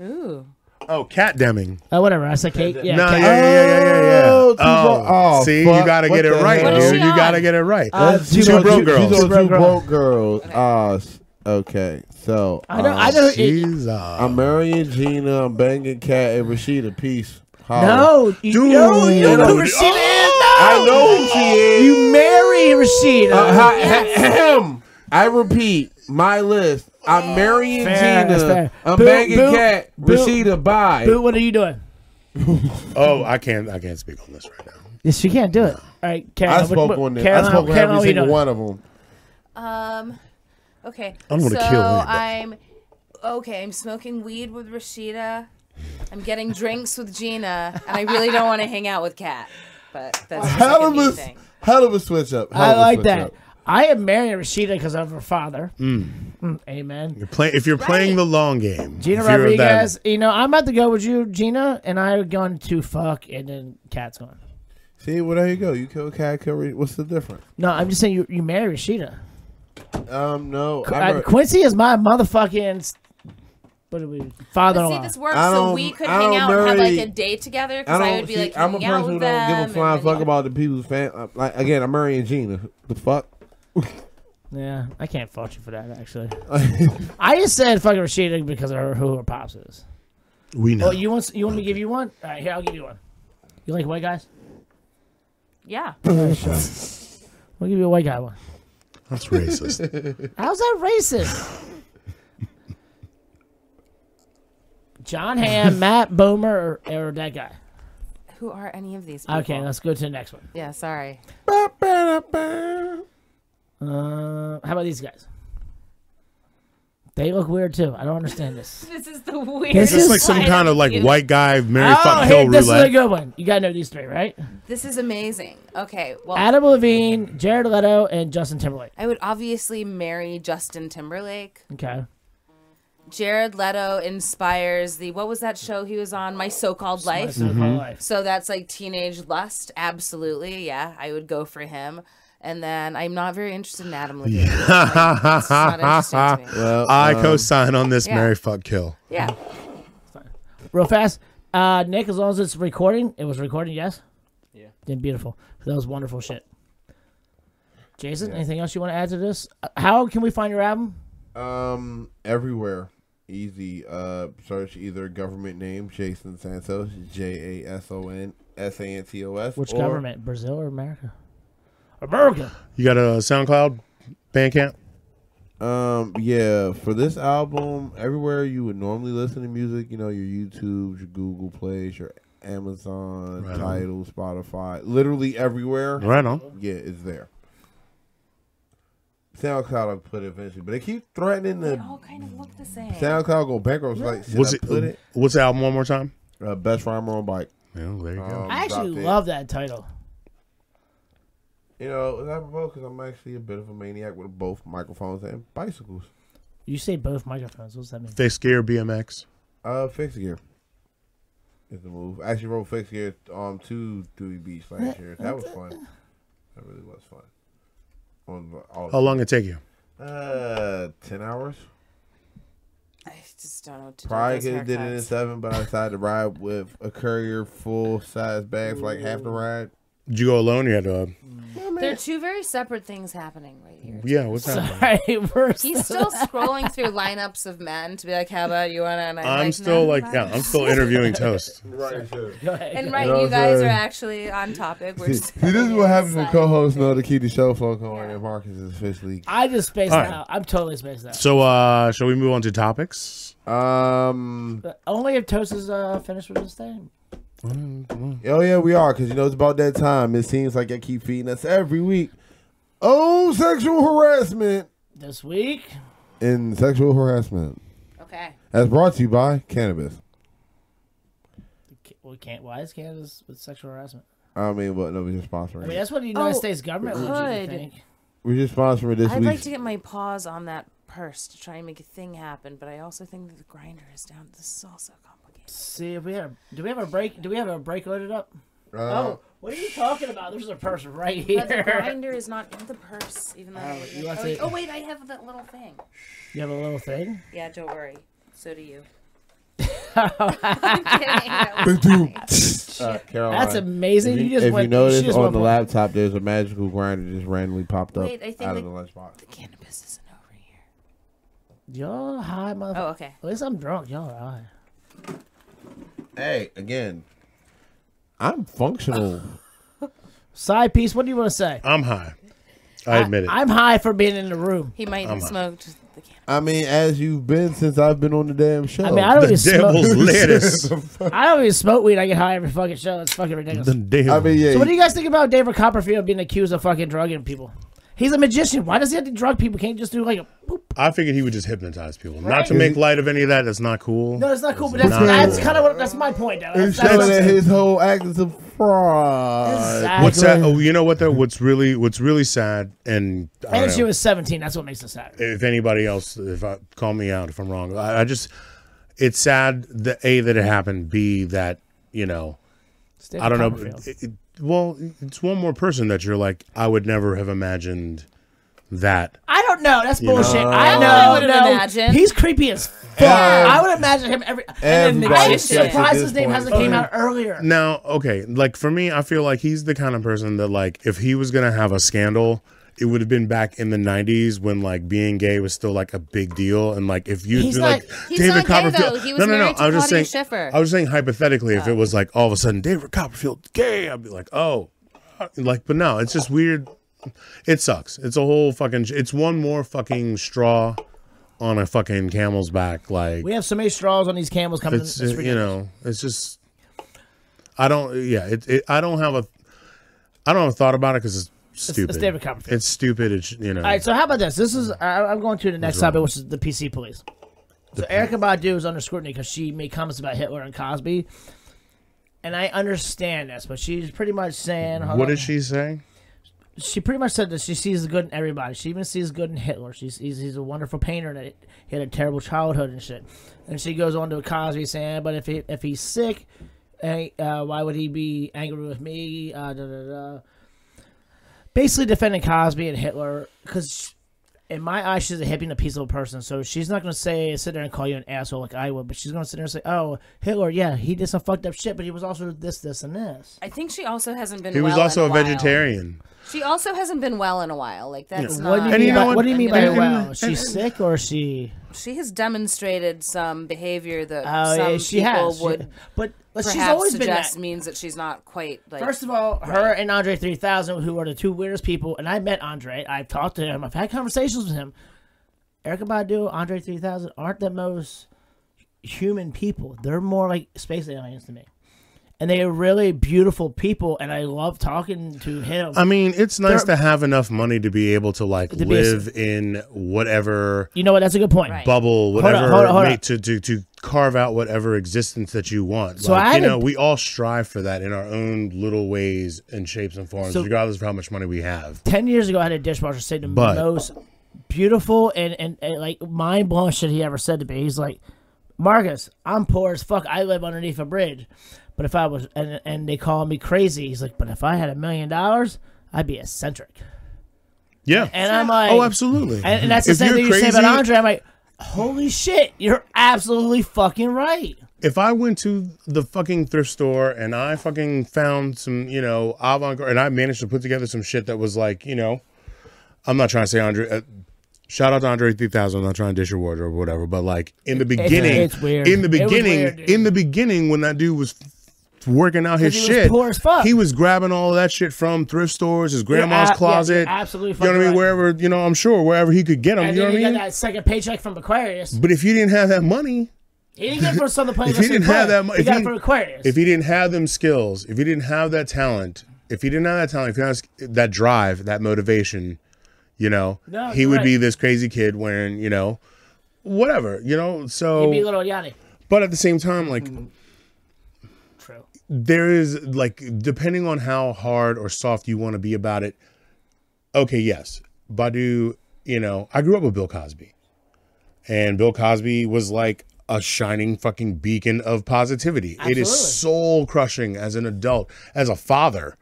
ooh.
Oh, cat demming.
Oh, whatever. I said Kate. Yeah,
no,
Kat-
yeah, yeah, yeah, yeah, yeah.
Oh,
Oh,
two bro- oh,
see,
fuck.
you gotta
What
get it
the
right,
hell? What
is
dude.
she
You gotta
on?
get it right.
That's
Two,
two
bro,
broke
two,
girls.
Two,
Two bro
two
girls.
broke girls. Ah, s okay. So
Oh, I know.
um,
I know. it-
Jesus.
I'm marrying Gina. I'm banging Kat and Rashida. Peace. Holla.
no, you,
Dude.
no, you
Dude.
know who Rashida is. No.
I know who she is.
You marry Rashida.
Oh,
Uh, hi- ahem. I repeat, my list. I'm marrying
Fair, that's
Gina.
fair.
I'm
Boo-
banging
boo-
Cat.
boo-
Rashida, bye.
Boot, what are you doing?
Oh, I can't. I can't speak on this right now.
Yes, you can't do it. All right, Caroline.
I
what-
spoke
what-
on this. I
Caroline,
spoke on
Caroline,
every
what are you
single
doing?
one of them.
Um, okay.
I'm gonna
so
kill anybody.
I'm okay. I'm smoking weed with Rashida. I'm getting drinks with Gina, and I really don't want to hang out with Kat. But that's just
Hell
like
of
a me
a
thing.
hell of a switch up. Hell
I
of a
like
switch
that.
up.
I am marrying Rashida because of her father. Mm, amen.
You're play, if you're playing the long game,
Gina
if you're that-
Rodriguez, you know, I'm about to go with you, Gina, and I are going to fuck, and then Cat's gone.
See, well, there you go. You kill Cat, kill. Reed. What's the difference?
No, I'm just saying you, you marry Rashida.
Um, no. I
Uh,
re-
Quincy is my motherfucking s- what are we,
But see,
father-in-law.
this works
I
so
don't-
we could
I
hang
don't
out and have like
marry-
a day together.
I
Because I,
don't.
would be
see,
like,
I'm a
hanging out
person who
with
don't
them
give a
and
flying
then-
fuck about the people's fan. uh, Like again, I'm marrying Gina. The fuck.
yeah, I can't fault you for that, actually. I just said fucking Rashida because of her, who her pops is.
we know.
Well, you want, you want me to give you one? All right, here, I'll give you one. You like white guys?
Yeah.
We'll give you a white guy one.
That's racist.
How's that racist? John Hamm, Matt Boomer, or, or that guy.
Who are any of these? People?
Okay, let's go to the next one.
Yeah. Sorry.
Uh, how about these guys? They look weird too. I don't understand this.
This is the weirdest.
This
It's just
is
like some
slide
kind of
I've
like
used.
white guy Mary
oh,
fuck
hey,
kill
this is a
roulette.
good one. You gotta know these three, right?
This is amazing. Okay. Well,
Adam Levine, Jared Leto, and Justin Timberlake.
I would obviously marry Justin Timberlake.
Okay.
Jared Leto inspires the what was that show he was on? My so-called life.
So
Mm-hmm.
my life.
So that's like teenage lust. Absolutely, yeah, I would go for him. And then I'm not very interested in Adam Levine. Like, it's not interesting to me.
Well,
I
um,
co-sign on this
yeah.
Mary fuck kill.
Yeah,
Real fast. Uh, Nick, as long as it's recording, it was recording, yes?
Yeah.
Then beautiful. That was wonderful shit. Jason, anything else you want to add to this? Uh, How can we find your album?
Um, everywhere. Easy. Uh, search either government name Jason Santos, J A S O N S A N T O S.
Which
or-
government? Brazil or America? America.
You got a SoundCloud, Bandcamp.
Um, yeah. For this album, everywhere you would normally listen to music, you know, your YouTube, your Google Plays, your Amazon,
Right on.
Title, Spotify, literally everywhere.
Right on.
Yeah, it's there. SoundCloud, I put it eventually, but they keep threatening
they
to
all kind of look the same.
SoundCloud go bankrupt. It's Like, should
What's
I
it?
put it?
What's the album? One more time. Uh,
Uh, best rhymer on bike.
Yeah, there you go.
Um,
I actually
dropped it.
love that title.
You know, it's apropos because I'm actually a bit of a maniac with both microphones and bicycles.
You say both microphones. What's that mean?
They scare BMX.
Uh, fix gear is the move. I actually rode fix gear um to Dewey Beach last year. That was fun. That really was fun. On the-
How
all
long it take you?
uh ten hours.
I just don't know. What to
Probably
do
could
with
have
those
did it in
haircuts.
seven, but I decided to ride with a courier full size bag for like half the ride.
Did you go alone? You had to.
There are two very separate things happening right here.
Yeah. What's happening?
Sorry, we're
He's still scrolling through lineups of men to be like, "How about you wanna?" And I'm,
I'm
like,
still
"No,
like,
I'm
yeah, I'm still interviewing Toast.
Right. Sure.
And right,
know
you
what
guys
I'm
are
saying?
actually on topic. We're
See,
just
see, this is what happens when
Side.
co-hosts know to keep the show flow going, and Marcus is officially
I just spaced
All right.
out. I'm totally spaced out.
So, uh, shall we move on to topics?
um.
But only if Toast is uh, finished with this thing.
Oh yeah, we are because you know it's about that time. It seems like I keep feeding us every week. Oh, sexual harassment
This week,
and sexual harassment
okay.
as brought to you by cannabis.
we can't. Why is Kansas with sexual harassment?
I mean, but no, we're just
I mean,
sponsoring. it.
that's what the United
Oh,
States government would
good.
think.
We're just sponsoring this
I'd
week.
like to get my paws on that purse to try and make a thing happen, but I also think that the grinder is down. This is also complicated.
See if we have. Do we have a break? Do we have a break loaded up?
Uh,
oh, what are you talking about? There's a person right
But the
here.
grinder is not in the purse, even though.
you want
oh,
to-
wait- oh wait, I have that little thing.
You have a little thing.
Yeah, don't worry. So do you. I'm kidding. That was-
uh, Caroline,
That's amazing.
If
You,
you,
just
if
went.
you notice
just
on
went
the
for-
laptop, there's a magical grinder just randomly popped up
Wait, I think
out of
the-
the lunchbox.
the cannabis isn't over here.
Y'all high, motherfucker.
Oh, okay.
At least I'm drunk. Y'all are high.
Hey, again, I'm functional.
Side piece, what do you want to say?
I'm high. I admit it.
I'm high for being in the room.
He might have smoked the can.
I mean, as you've been since I've been on Oh, the damn show.
I mean, I don't even
the devil's
smoke.
lettuce.
I don't even smoke weed. I get high every fucking show. That's fucking ridiculous.
the devil.
I mean, yeah.
So what do you guys think about David Copperfield being accused of fucking drugging people? He's a magician. Why does he have to drug people? Can't he just do like a boop?
I figured he would just hypnotize people. Not
Right.
to make light of any of that. That's not cool.
No, that's not cool. But that's,
not
that's
cool.
kind of what that's my point. Though.
It's
That's,
showing
that's,
that his whole act is a fraud.
Exactly.
What's that? Oh, you know what? Though what's really what's really sad, and I
And
don't
she
know,
was 17. That's what makes it sad.
if anybody else, if I call me out if I'm wrong, I, I just it's sad that a that it happened, b that you know
It's David
I don't know.
Copperfield.
It, it, well, it's one more person that you're like I would never have imagined that.
I don't know. That's bullshit. I
I
know.
would've
no.
imagined.
He's creepy as fuck. I would imagine him every. And then
Everybody
I'm
gets it
surprised his
at this
name
point.
hasn't came out earlier.
Now, okay, like for me, I feel like he's the kind of person that like if he was gonna have a scandal, it would have been back in the '90s when like being gay was still like a big deal, and like if you
He's
been
not-
like
he's
David
not gay, though.
Copperfield,
He was
no, no, no,
married to
I was just saying,
Claudia Schiffer. Oh.
I was saying hypothetically, if it was like all of a sudden David Copperfield gay, I'd be like, oh, like, but no, it's just weird. It sucks. It's a whole fucking. It's one more fucking straw on a fucking camel's back. Like
We have so many straws on these camels coming.
it's
in.
uh, you know it's just i don't yeah it, it i don't have a i don't have a thought about it because it's stupid
it's David Copperfield.
it's stupid it's you know
All right, so how about this? This is I, I'm going to the next topic, which is the PC police. So Erica Badu is under scrutiny because she made comments about Hitler and Cosby, and I understand this, but she's pretty much saying hold
what
on.
did she say
she pretty much said that she sees the good in everybody. She even sees good in Hitler. She sees he's a wonderful painter and that he had a terrible childhood and shit. And she goes on to Cosby saying, "But if he, if he's sick, eh, uh, why would he be angry with me?" Uh, da, da, da. Basically, defending Cosby and Hitler because. In my eyes, she's a hippie and a peaceful person, so she's not gonna say sit there and call you an asshole like I would. But she's gonna sit there and say, "Oh, Hitler, yeah, he did some fucked up shit, but he was also this, this, and this."
I think she also hasn't been.
he was
well
also a
in while.
vegetarian
She also hasn't been well in a while. Like that's
What do
not.
you mean
you know
by,
what-
what do you mean by
and- and-
well? Is she sick or is she?
She has demonstrated some behavior that
Oh
some
yeah, she
people
has.
would
She- but but
perhaps
she's always been
suggest
that.
means that she's not quite like.
First of all, her and Andre 3000, who are the two weirdest people, and I met Andre. I've talked to him. I've had conversations with him. Erica Badu, Andre 3000 aren't the most human people. They're more like space aliens to me. And they are really beautiful people, and I love talking to him.
i mean it's nice
They're-
to have enough money to be able to like
be a-
live in whatever
you know what? That's a good point.
Right.
bubble
on,
whatever
hold on, hold on.
mate, to, to to carve out whatever existence that you want
So I
like,
had
you know
a-
we all strive for that in our own little ways and shapes and forms
So-
regardless of how much money we have
10 years ago, I had a dishwasher say the
But-
most beautiful and, and, and like mind blowing shit he ever said to me. He's like, Marcus, I'm poor as fuck. I live underneath a bridge. But if I was, and, and they call me crazy, he's like, but if I had a million dollars, I'd be eccentric.
yeah
And I'm like,
oh absolutely
And, and that's the
If
same
you're
thing you say about
crazy-
Andre. I'm like, holy shit, you're absolutely fucking right.
if I went to the fucking thrift store and I fucking found some, you know, avant garde, and I managed to put together some shit that was like, you know, I'm not trying to say Andre. Uh, shout out to Andre 3000. I'm not trying to dish your wardrobe or whatever, but like in the beginning,
it's weird.
in the
It was
beginning,
weird, dude.
in the beginning, when that dude was working out his
'Cause he was
shit,
poor as fuck.
he was grabbing all that shit from thrift stores, his grandma's
ab- yeah,
closet,
you're absolutely
you know what I mean?
fucking right.
Wherever, you know, I'm sure wherever he could get them,
And
you know
then
what I
he
mean?
got that second paycheck from Aquarius.
But if you didn't have that money,
He didn't get it from some of the
If he didn't have that mu-
he
if
got
he-
it from Aquarius.
if he didn't have them skills, if he didn't have that talent, if he didn't have that talent, if he didn't have that drive, that motivation, you know,
No,
he
you're
would
right.
be this crazy kid wearing, you know, whatever, you know.
He'd be
So,
little Yanni.
but at the same time, like
True.
there is like depending on how hard or soft you want to be about it. Okay, yes, Badu. You know, I grew up with Bill Cosby, and Bill Cosby was like a shining fucking beacon of positivity. It
Absolutely.
is soul crushing as an adult, as a father,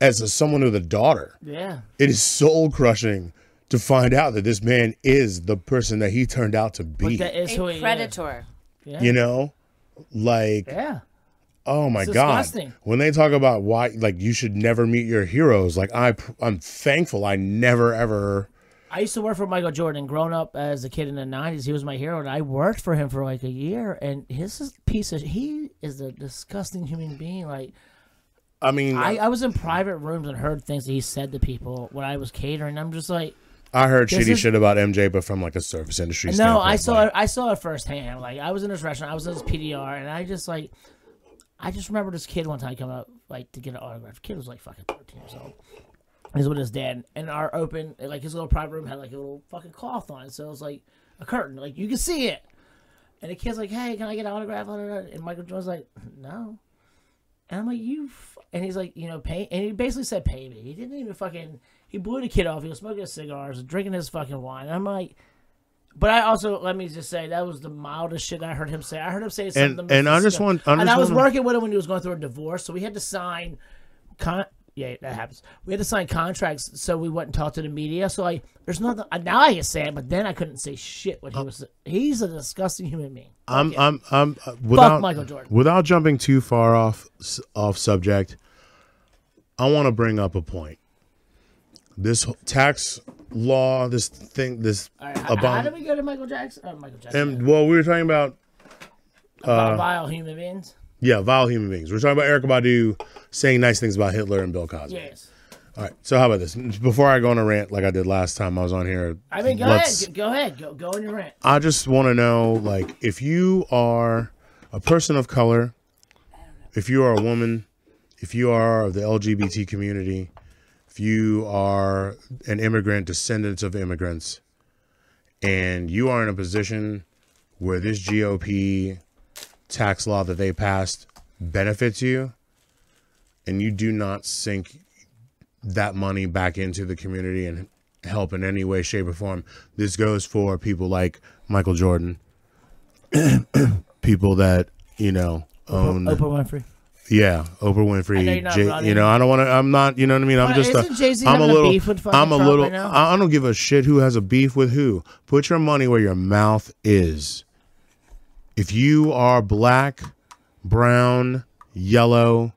as a, someone with a daughter.
Yeah.
It is soul crushing to find out that this man is the person that he turned out to be.
But that is who he
a
is.
predator.
you know, like
Yeah.
Oh my
It's
god!
disgusting.
When they talk about why, like you should never meet your heroes. Like I, pr- I'm thankful I never ever.
I used to work for Michael Jordan growing up as a kid in the 90s. He was my hero, and I worked for him for like a year. And his piece of, he is a disgusting human being. Like,
I mean,
I,
I,
I was in private rooms and heard things that he said to people when I was catering. I'm just like,
heard
this
shitty
is-
shit about MJ, but from like a service industry.
no,
standpoint,
I saw
like,
it, I saw it firsthand. Like I was in this restaurant, I was in this PDR, and I just like, I just remember this kid one time coming up like to get an autograph. Kid was like fucking 13 years old. He was with his dad, and our open like his little private room had like a little fucking cloth on it, so it was like a curtain, like you could see it. And the kid's like, "Hey, can I get an autograph?" And Michael Jordan's like, "No." And I'm like, "You," f-. and he's like, "You know, pay." And he basically said, "Pay me." He didn't even fucking. He blew the kid off. He was smoking his cigars, drinking his fucking wine. And I'm like, but I also let me just say that was the mildest shit I heard him say. I heard him say something.
And-
the most
and I just
disgu-
want- I
and
just
I was
wanna-
working with him when he was going through a divorce, so we had to sign. Con- yeah, that happens. We had to sign contracts, so we wouldn't talk to the media. So like, there's nothing. uh, Now I can say it, but then I couldn't say shit when he
Uh,
was. He's a disgusting human being.
I'm, I'm, I'm, uh, without
Michael Jordan.
without jumping too far off s- off subject. I want to bring up a point. This wh- tax law, this thing, this
All right, how, how
abomin-
did we go to Michael Jackson? Oh, Michael Jackson.
and well, we were talking about uh,
About vile human beings.
yeah, vile human beings. We are talking about Erica Badu saying nice things about Hitler and Bill Cosby.
Yes.
All right. So how about this? Before I go on a rant like I did last time I was on here,
I mean, go
let's-
ahead. Go ahead. Go go on your rant.
I just want to know, like, if you are a person of color, if you are a woman, if you are of the LGBT community, if you are an immigrant, descendants of immigrants, and you are in a position where this GOP tax law that they passed benefits you, and you do not sink that money back into the community and help in any way, shape, or form. This goes for people like Michael Jordan, people that you know own.
Winfrey.
Yeah, Oprah Winfrey.
I know you're not
Jay-
running.
you know, I don't want to. I'm not. You know what I mean. I'm
Well,
just.
isn't Jay-Z
a, I'm a
having a
little.
beef with fucking
I'm a
Trump
little.
right now?
I I don't give a shit who has a beef with who. Put your money where your mouth is. If you are black, brown, yellow,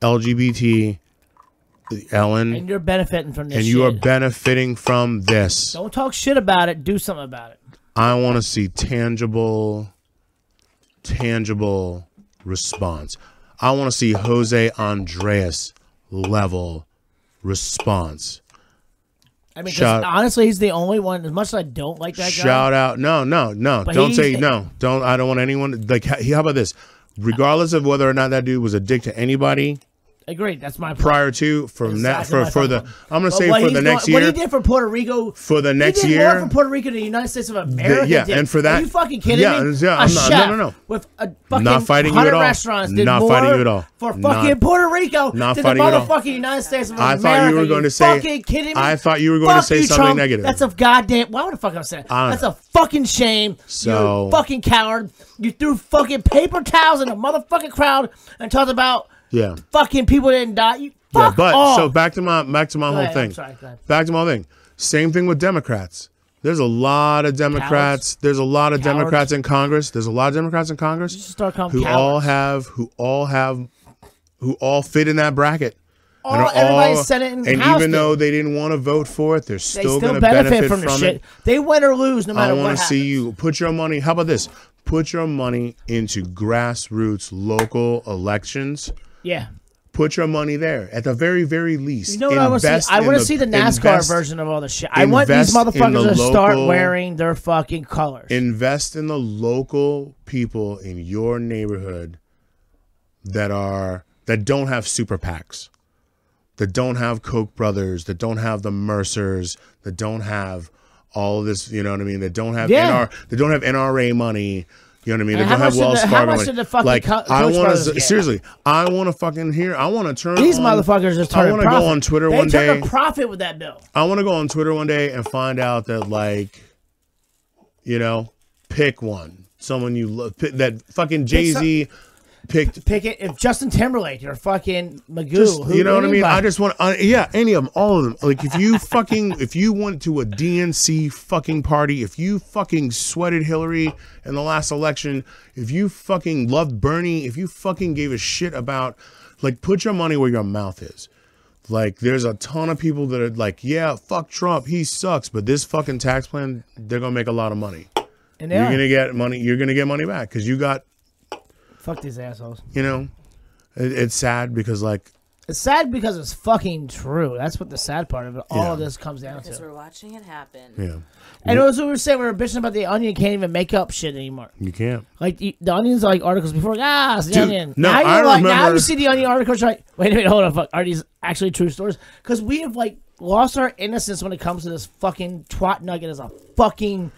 LGBT, Ellen,
And you're benefiting from this.
and you are
shit.
benefiting from this.
Don't talk shit about it. Do something about it.
I want to see tangible, tangible response. I want to see Jose Andreas level response.
I mean, 'cause
Shout-
honestly, he's the only one. As much as I don't like that guy,
Shout out! No, no, no!
But
don't
he's-
say no. Don't. I don't want anyone like. h- How about this? Regardless of whether or not that dude was a dick to anybody
agreed. That's my point.
prior to, from that
Exactly
for
my
for the,
problem.
I'm gonna
But
say
what
for
he's
the next
doing-
year,
what he did for Puerto Rico
for the next
he did
year,
more for Puerto Rico than the United States of America.
yeah,
did.
and for that-
are you fucking kidding
yeah,
me?
yeah,
A
I'm not- no,
chef
no, no.
with a fucking
Not fighting you at
100
all.
restaurants did
Not
more
fighting you at all.
for fucking
Not-
Puerto Rico
not
than
fighting
the
you at all.
motherfucking United States of
I
America.
thought you were going to say.
fucking kidding me?
I thought you were going to
Fuck
say
you,
something
Trump.
negative.
That's a goddamn. Why would the fuck I'm saying?
I don't
That's
know.
a fucking shame.
So-
you fucking coward. You threw fucking paper towels in a motherfucking crowd and talked about
yeah.
fucking people that didn't die. You
Yeah,
fuck
but
off.
so back to my back to my whole
ahead, I'm
thing.
sorry, go ahead.
back to my whole thing. Same thing with Democrats. There's a lot of Democrats. There's a lot of
Cowards.
Democrats in Congress. There's a lot of Democrats in Congress
should start calling
who
cowards.
all have who all have who all fit in that bracket.
All-
are
everybody Senate and House
even
did.
though they didn't want to vote for it, they're
they
still,
still,
going to
benefit,
benefit,
from, the
it.
shit. They win or lose, no
I
matter what.
want to see
happens.
you put your money. How about this? Put your money into grassroots local elections
Yeah.
put your money there at the very very least
You know what I want to
invest
see? I
in
want to see the NASCAR
invest-
version of all this shit. I want these
invest in
motherfuckers
the
to start
local-
wearing their fucking colors.
invest in the local people in your neighborhood that are that don't have super PACs that don't have Koch brothers that don't have the Mercers that don't have all this you know what I mean that don't have
Yeah.
NR that don't have NRA money you know what I mean? They
And
don't
how
have
much did
Wells
the- how
Fargo
much
money.
did the fucking
like,
Co- Koch
I want
brothers
to
get?
seriously. I want to fucking hear. I want to turn.
these
on-
motherfuckers just
I
turn
wanna
profit.
go on Twitter
they
one day.
turn a profit with that bill.
I want to go on Twitter one day and find out that like, you know, pick one, someone you love, pick, that fucking Jay Z picked.
Pick it if Justin Timberlake or fucking Magoo. who,
you know what I mean?
anybody.
I just want, I, yeah, any of them, all of them. Like if you fucking, if you went to a DNC fucking party, if you fucking sweated Hillary in the last election, if you fucking loved Bernie, if you fucking gave a shit about, like, put your money where your mouth is. Like, there's a ton of people that are like, yeah, fuck Trump, he sucks, but this fucking tax plan, they're gonna make a lot of money.
and they
You're
are.
gonna get money. You're gonna get money back because you got
fuck these assholes.
you know It, it's sad because like
It's sad because it's fucking true. That's what the sad part of it. All of
Yeah.
this comes down
Because
to.
we're watching it happen.
yeah,
And it was what we were saying. We were bitching about the onion can't even make up shit anymore.
you can't.
Like you- the onions, are like articles before, like, ah, it's the
Dude,
onion.
no,
now you're
I
like, now
remember-
you see the onion articles, you're like, wait a minute, hold on, fuck, are these actually true stories? Because we have like lost our innocence when it comes to this fucking twat nugget as a fucking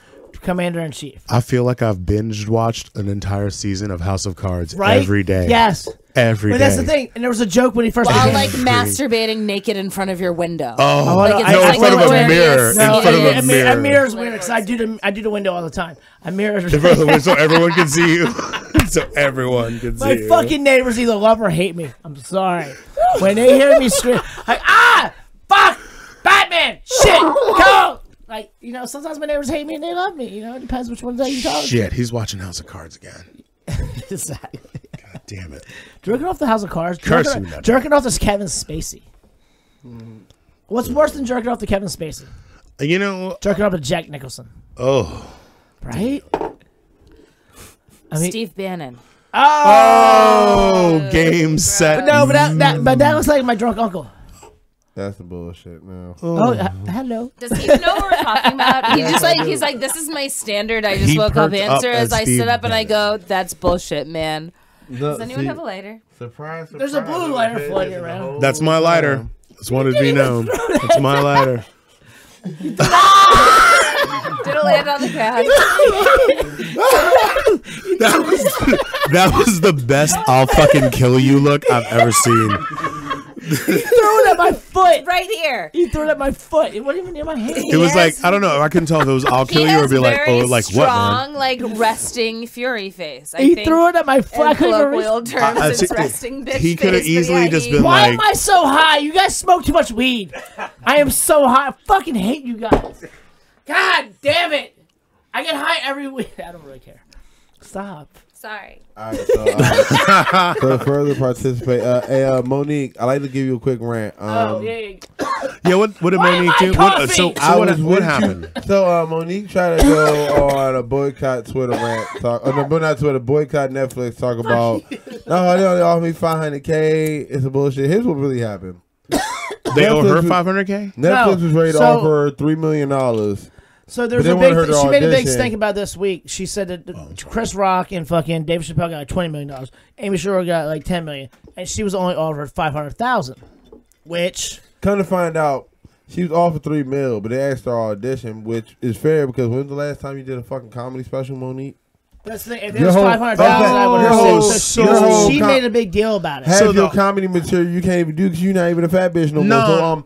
commander in chief,
I feel like I've binged watched an entire season of House of Cards
right?
every day.
yes.
every
But
day.
that's the thing. And there was a joke when he first.
While
came.
like masturbating naked in front of your window.
Oh,
Like, it's
no,
like
in front of a
Aquarius.
mirror. In
No,
front of
I- I-
a
I mean,
mirror.
A mirror is weird because I do the I do the window all the time. A mirror.
In front of a mirror, so everyone can see you. so everyone can see
My
you.
fucking neighbors either love or hate me. I'm sorry. When they hear me scream, like ah, fuck, Batman, shit, go. Like you know, sometimes my neighbors hate me and they love me. You know, it depends which ones that you talk.
Shit, he's watching House of Cards again.
Exactly.
God damn it.
jerking off the House of Cards.
Curse
jerking,
you, Batman.
jerking off this Kevin Spacey. What's worse than jerking off the Kevin Spacey?
You know,
Jerking off to Jack Nicholson,
oh,
right? I mean,
Steve Bannon.
oh, game set.
No, but that, that but that was like my drunk uncle.
That's the bullshit. No.
Mm.
Oh, h- hello.
Does he even know what we're talking about? He's just like he's like, this is my standard. I just
He
woke up.
perked up
Answer
at
as I
Steve
sit up and I go,
Bannon.
that's bullshit, man.
Does
Anyone have a lighter?
Surprise,
There's a blue lighter floating around.
That's my lighter. Just wanted to be known. That's my lighter.
Did it land on the ground?
That was that was the best I'll fucking kill you look I've ever seen.
threw it at my foot.
right here.
He threw it at my foot. It wasn't even near my hand.
It was
Yes.
like I don't know. I couldn't tell if it was I'll
He
kill you or
has
be like
very
oh like what man.
strong, like resting fury face. I
He
think
threw it at my foot. I
in
couldn't even reach.
colloquial terms,
I- I
it's
see-
resting bitch
he coulda
face, but yeah,
easily just
he-
been
Why
like-
am I so high? You guys smoke too much weed. I am so high. I fucking hate you guys. God damn it. I get high every week. I don't really care. Stop.
Sorry.
Alright, so, uh, so further participate. Uh, hey, uh, Monique, I'd like to give you a quick rant. Um,
Oh, yeah, yeah.
Yeah, what what did
Why am
Monique
I
do? What, uh, so
coughing?
so what,
with
what
you.
happened?
So uh, Monique tried to go on a boycott Twitter rant, talk, oh, no, but not Twitter, boycott Netflix, talk about no, they only offer me 500k. It's a bullshit. Here's what really happened.
They owe her
Netflix-
500k.
Netflix was ready to
so-
offer her three million dollars.
So there was
But
a
they wanted
big.
her to
She made a big
audition. Oh.
stink about this week. She said that that Chris Rock and fucking Dave Chappelle got like twenty million dollars. Amy Schumer got like ten million, and she was only offered five hundred thousand, which
Come to find out, she was offered three mil, but they asked her to audition, which is fair because when's the last time you did a fucking comedy special, Monique?
That's the thing. If it
Your
was
whole-
five hundred thousand, I would have
your
said.
whole-
So she,
your
so
whole
she
com-
made a big deal about it.
Half
So
your
the-
comedy material you can't even do because you're not even a fat bitch no,
No.
more. So um,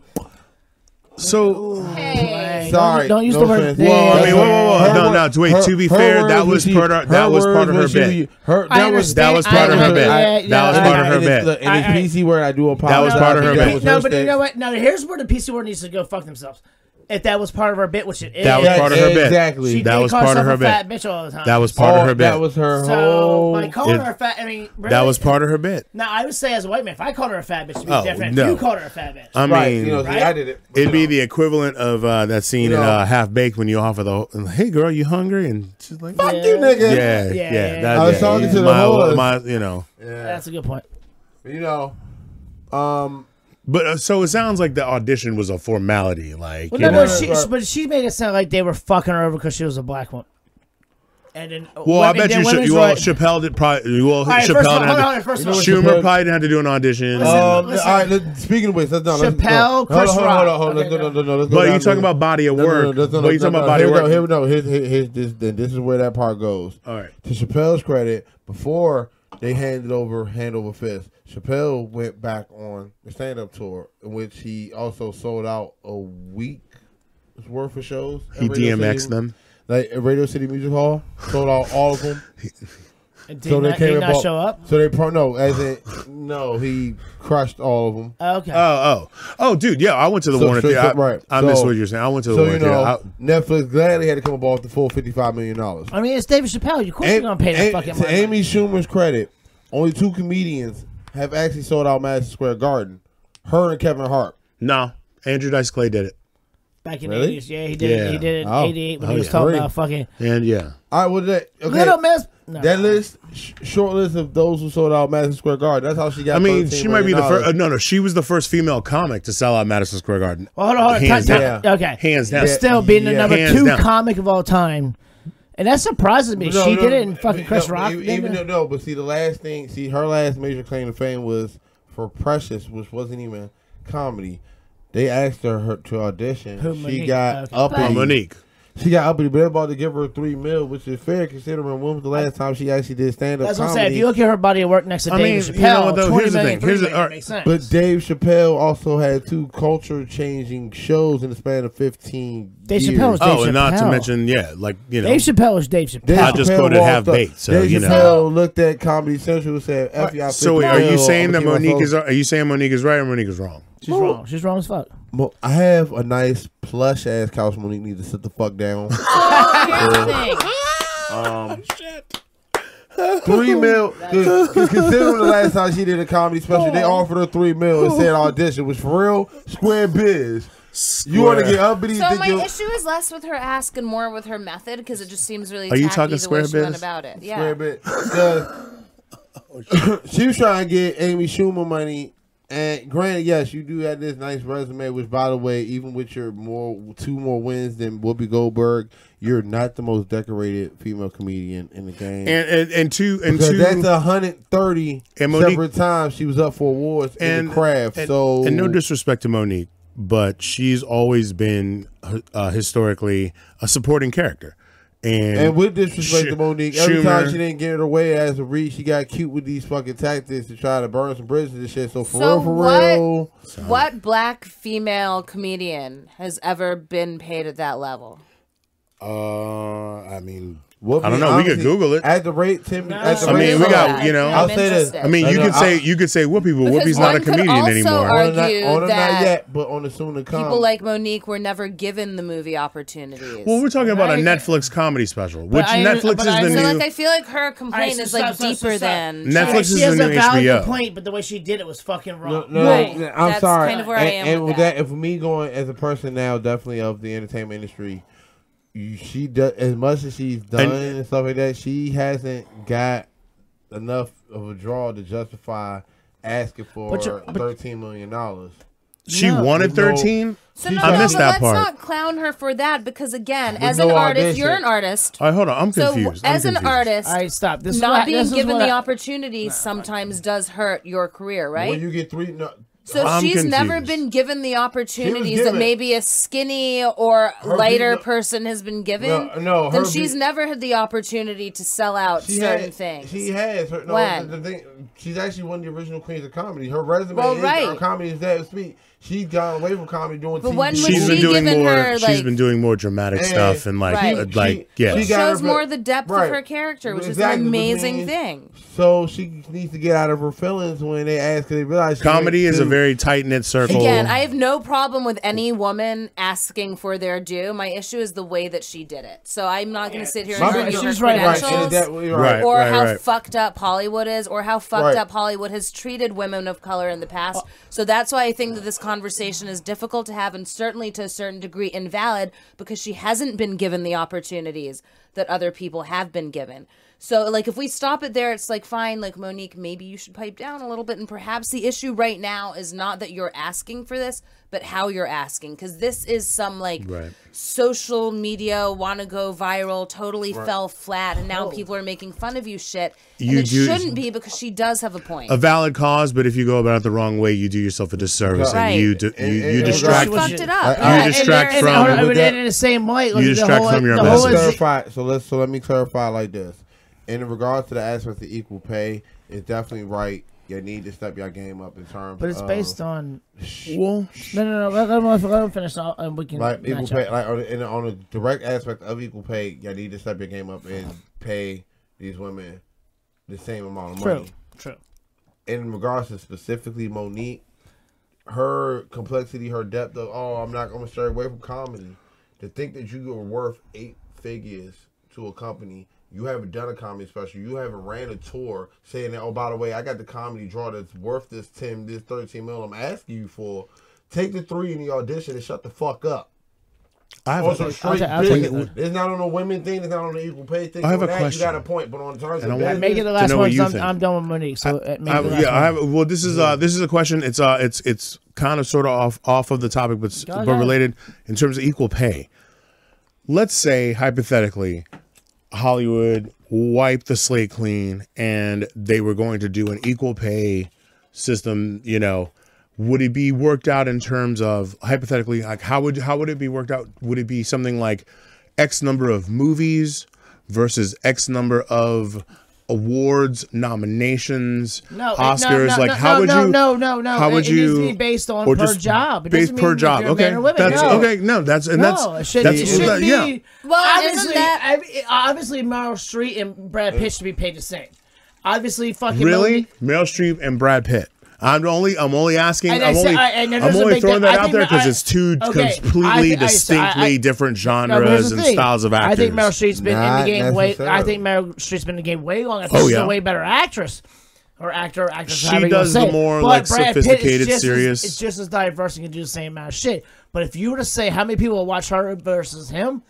So
Hey,
Sorry,
don't, don't use
no
the word.
offense.
bitch.
Well, I mean, whoa, whoa, whoa.
Her
no,
wor-
no. Wait.
her-
to be
her
fair, that was
words when
part
she-
of that was
words
part of
when
her
she-
bit.
Her,
I
that was
That was part of her
understand.
bit.
I- yeah,
That was
yeah,
part of her
and it's-
bit.
And it's
I- I-
PC word. I do apologize.
That was part of her
I think
bit.
that was
no,
her
but you
mistake.
know what? No, here's where the PC word needs to go fuck themselves. If that was part of her bit, which it is,
That was
Yeah,
part of her bit.
exactly.
she
That
did
was
call
part of
herself
her
a
bit.
Fat bitch all the time.
That was part
Oh,
of her
That was
bit.
her
so.
whole.
By calling
It-
her a fat, I mean, really,
That was part of her bit.
Now I would say, as a white man, if I called her a fat bitch, it'd be
Oh,
different.
no.
If you called her a fat bitch.
I
right.
mean,
You know, see,
Right?
I did it.
it'd be the equivalent of uh, that scene
You
in
know.
uh, Half Baked when you offer the and, hey girl, you hungry? And she's like,
Fuck you, nigga.
yeah, yeah.
yeah, yeah.
that-
I was
yeah,
talking
yeah.
to the
my,
whore.
my, you know.
That's a good point.
You know. Um.
But uh, so it sounds like the audition was a formality. Like,
Well,
you
no,
know.
no, she,
Right.
but she made it sound like they were fucking her over because she was a black one. And then,
well, I
women-
bet
then
you, should,
women's
you all
right-
Chappelle did probably. Well,
All right,
Chappelle
first of all,
didn't
hold on, hold
have
on,
to-
first of
You
all,
know
Schumer
Chappelle-
probably didn't have to do an audition.
Um,
listen.
all right, let- speaking of which, let's not.
Chappelle,
let's,
Chris
no, hold on, hold
Rock.
on, hold on,
Okay,
no, no, no, no, let's go
but you
down
talking
to-
about body of
No, no, no,
work.
that's not-
But you
no,
talking
no,
about body of
here we go,
work.
Here we go. Here's, here- here's this. Then this is where that part goes.
All right.
To Chappelle's credit, before they handed over hand over fist, Chappelle went back on the stand up tour, in which he also sold out a week's worth of shows. at
He
Radio
DMX
City-
them.
Like at Radio City Music Hall, sold out all of them.
Did
so they
not,
came
did
and
not
bought-
show up.
So they pro no, as in no, he crushed all of them.
Okay.
Oh, oh, oh, dude. Yeah, I went to the
So-
Warner
so-
Theater.
so-
I,
right.
I
So-
missed what you're saying. I went to the
So
Warner
you know,
Theater. I-
Netflix gladly had to come up off the full fifty-five million dollars.
I mean, it's David Chappelle. You course you're gonna pay that
Am-
fucking
to
money.
Amy Schumer's credit, only two comedians have actually sold out Madison Square Garden. Her and Kevin Hart.
no, Andrew Dice Clay did it.
back in the
Really?
80s. Yeah, he did. it.
Yeah.
He did it in
Oh.
'88 when
Oh,
he was
yeah.
talking
Three.
about fucking
And yeah,
All right, well, that, okay.
Little Miss No.
That list, sh- short list of those who sold out Madison Square Garden. That's how she got.
I mean, she might be the first.
$13
Uh,
million.
no, no, she was the first female comic to sell out Madison Square Garden.
Well, hold on, hold on.
Hands
Ti- ti-
down.
Okay.
Hands down.
Yeah.
Still being the
Yeah.
number
Hands
two
down.
comic of all time. And that surprises me.
No,
she
no,
did it
no,
and fucking Chris
no,
Rock.
Even,
didn't
even
it?
though, no, but see, the last thing, see, her last major claim to fame was for Precious, which wasn't even comedy. They asked her, her to audition.
Who,
she
Monique?
got
Okay.
uppity.
Oh, Monique.
She got uppity, but they're about to give her three mil, which is fair considering when was the last time she actually did stand up
That's what I'm
comedy.
saying. If you look at her body of work next to
I
David
mean,
Chappelle,
you know what, though,
20
here's the
million,
thing. Here's the-
30 million,
alright.
makes sense.
But Dave Chappelle also had two culture changing shows in the span of 15
Dave
years.
Chappelle was Dave
oh, and not to
Chappelle.
mention, yeah, like you know,
Dave Chappelle is Dave Chappelle.
Dave
I just
Chappelle
quoted
walked
half
up-
baked, so,
Dave
you know.
Chappelle looked at Comedy Central and said, F y'all
So
50
wait, are you
mil,
saying
I'ma
that
keep my
Monique
phone.
is? Are you saying Monique is right or Monique is wrong?
She's wrong. She's wrong as fuck.
Mo- I have a nice plush ass couch. Monique needs to sit the fuck down. three mil. Cause, 'cause considering the last time she did a comedy special,
Oh.
they offered her three mil and said audition, which for real, square biz. You want to get up and
So
think
my
you
issue is less with her ask and more with her method because it just seems really.
Are you
tacky
talking
the
square
way she went
biz?
about it? Yeah.
square biz. 'Cause she was trying to get Amy Schumer money. And granted, yes, you do have this nice resume, which, by the way, even with your more two more wins than Whoopi Goldberg, you're not the most decorated female comedian in the game.
And and, and two and
Because
two
that's 130
And Monique-
separate times she was up for awards in
and
the craft.
and-
so
and no disrespect to Monique, but she's always been uh, historically a supporting character, and
and with disrespect
Sch-
to Monique, every time
Schumer-
she didn't get her way as a read, she got cute with these fucking tactics to try to burn some bridges and shit. So for
So
real, for
what?
real,
What black female comedian has ever been paid at that level?
uh, I mean,
Whoopi,
I don't know. We could
honestly,
Google it.
At the rate, Tim. At the
I mean,
rate,
we
of-
got- you know-
I'll say this.
I mean,
I
you
know,
could
I-
say you could say Whoopi, but
Because
Whoopi's not a
one could
comedian
also
anymore.
argue-
on a not, on a
that
not yet, but on the soon to come.
people like Monique were never given the movie opportunities.
well, we're talking about a
Right.
Netflix comedy special, which
I-
Netflix
but
is
I-
the
so
So,
new.
like I feel like her complaint
so
is like
stop, stop,
deeper
stop.
than
Netflix
Like,
is
she
the
has
new
a valid
HBO.
complaint, but the way she did it was fucking wrong.
No, no,
Right.
no, I'm
That's
sorry.
kind of where I
and,
am
and
with
with
that.
that. and for me going as a person now, definitely of the entertainment industry, you, she does as much as she's done and,
And-
stuff like that. She hasn't got enough of a draw to justify asking for
But you- but-
thirteen million dollars.
She
No.
wanted
No.
thirteen.
So no,
I
no,
missed
but
that part.
"Oh, Let's not clown her for that because again, as
no
an artist,
audition.
you're an artist.
All right, hold on. I'm
So
confused. I'm
as an
confused.
artist,
All right, stop. This is
not
what,
being
this is
given
what
the
I-
opportunity sometimes does hurt your career, right?
When you get three, no,
so
I'm
she's never
confused.
been given the opportunities that
given-
maybe a skinny or
Her
lighter
being-
person has been given.
No, no,
then
her
she's
being-
never had the opportunity to sell out
she
certain
has,
things.
She has her. No,
When?
The, the thing, she's actually one of the original queens of comedy. Her resume,
Well,
is,
right.
her comedy is that sweet. She's gone away from comedy doing.
But
TV
when was
she's
she
been doing
given
more.
her,
she's
like-
been doing more dramatic
And-
stuff and like
Right.
uh,
She-
like yeah.
she
It
got
shows
her-
more the depth
Right.
of her character, which is
Exactly,
an
which
amazing
means-
thing.
So she needs to get out of her feelings when they ask. Cause they realize she
comedy
went
is a
through-
very tight knit circle.
Again, I have no problem with any woman asking for their due. My issue is the way that she did it. So I'm not going to sit here and
My bad.
argue her
She's right.
right,
credentials.
and that- right.
Right.
or how
right.
fucked up Hollywood is, or how fucked
Right.
up Hollywood has treated women of color in the past. So that's why I think that this conversation is difficult to have and certainly to a certain degree invalid because she hasn't been given the opportunities that other people have been given. So, like, if we stop it there, it's like, fine, like, Monique, maybe you should pipe down a little bit. And perhaps the issue right now is not that you're asking for this, but how you're asking. Because this is some, like,
Right.
social media want to go viral, totally fell flat, and now people are making fun of you shit. And
You
it
do-
shouldn't be because she does have a point.
a valid cause, but if you go about it the wrong way, you do yourself a disservice
Right.
and you di-
And-
you,
and-
you
and-
distract.
she fucked it up.
I- I-
Yeah,
You
and
distract
there's-
And,
from-
hold on,
With
but
that-
in the same way, like, the
distract
whole,
from your
the
Let's
whole
message.
is,
clarify. So let's so let me clarify like this. In regards to the aspect of equal pay, it's definitely right. You need to step your game up in terms.
but it's based on
Well,
no, no, no. Let, let, him- let him finish, uh, and we can
like equal
match
pay,
up.
like on, in, on a direct aspect of equal pay. You need to step your game up and pay these women the same amount of
True,
money.
true.
in regards to specifically Monique, her complexity, her depth of oh, I'm not gonna stray away from comedy. To think that you are worth eight figures to a company, you haven't done a comedy special, you haven't ran a tour saying that, oh by the way, I got the comedy draw that's worth this ten, this thirteen mil I'm asking you for. Take the three in the audition and shut the fuck up.
I have
Also,
a-
straight
I'll take- I'll take
business. It's not on the women thing. It's not on the equal pay thing.
I have
On
a
that,
question.
You got a point, but on terms
And I want-
of business,
Make it the last
know what
one.
you
'cause I'm,
think.
I'm done with Monique. So uh, make it
I,
the last
yeah, I
one.
have, well, this is uh, this is a question. It's uh, it's it's kind of sort of off off of the topic, but s-
Go
but
ahead.
related in terms of equal pay. Let's say hypothetically, Hollywood wiped the slate clean, and they were going to do an equal pay system. You know, would it be worked out in terms of hypothetically, like how would how would it be worked out? Would it be something like X number of movies versus X number of awards, nominations,
No, it- no,
Oscars?
no,
like
no,
how
no,
would
no,
you?
No, no, no.
How
It-
would
it
you?
needs to be based on
or
per
just
job. It
Based
doesn't
per
mean
job.
if you're a
Okay,
man or women.
that's
No.
okay. No, that's and that's
no, it should,
that's
it should
that-
be.
yeah.
Well,
obviously,
isn't that-
I- obviously Meryl Streep and Brad Pitt should be paid the same. Obviously, fucking
Really,
Melody-
Meryl Streep and Brad Pitt. I'm only I'm only asking.
And I
I'm
said-
only,
I- and it
I'm
doesn't
only
make
throwing
that-
that,
I
out
think
there
that-
because it's two
okay, I-
completely
I- I-
distinctly
I-
different
No, but here's
genres
the
and
thing.
styles of actors.
I think Meryl Streep's been in
Not
the game way. I
necessarily.
think Meryl Streep's been in the game way longer.
Oh,
She's
yeah.
a way better actress or actor, or actress.
She
however you wanna
does the
say it.
more,
But
like,
Brad Pitt is
sophisticated,
just as-
serious-
It's just as diverse and can do the same amount of shit. But if you were to say how many people will watch her versus him,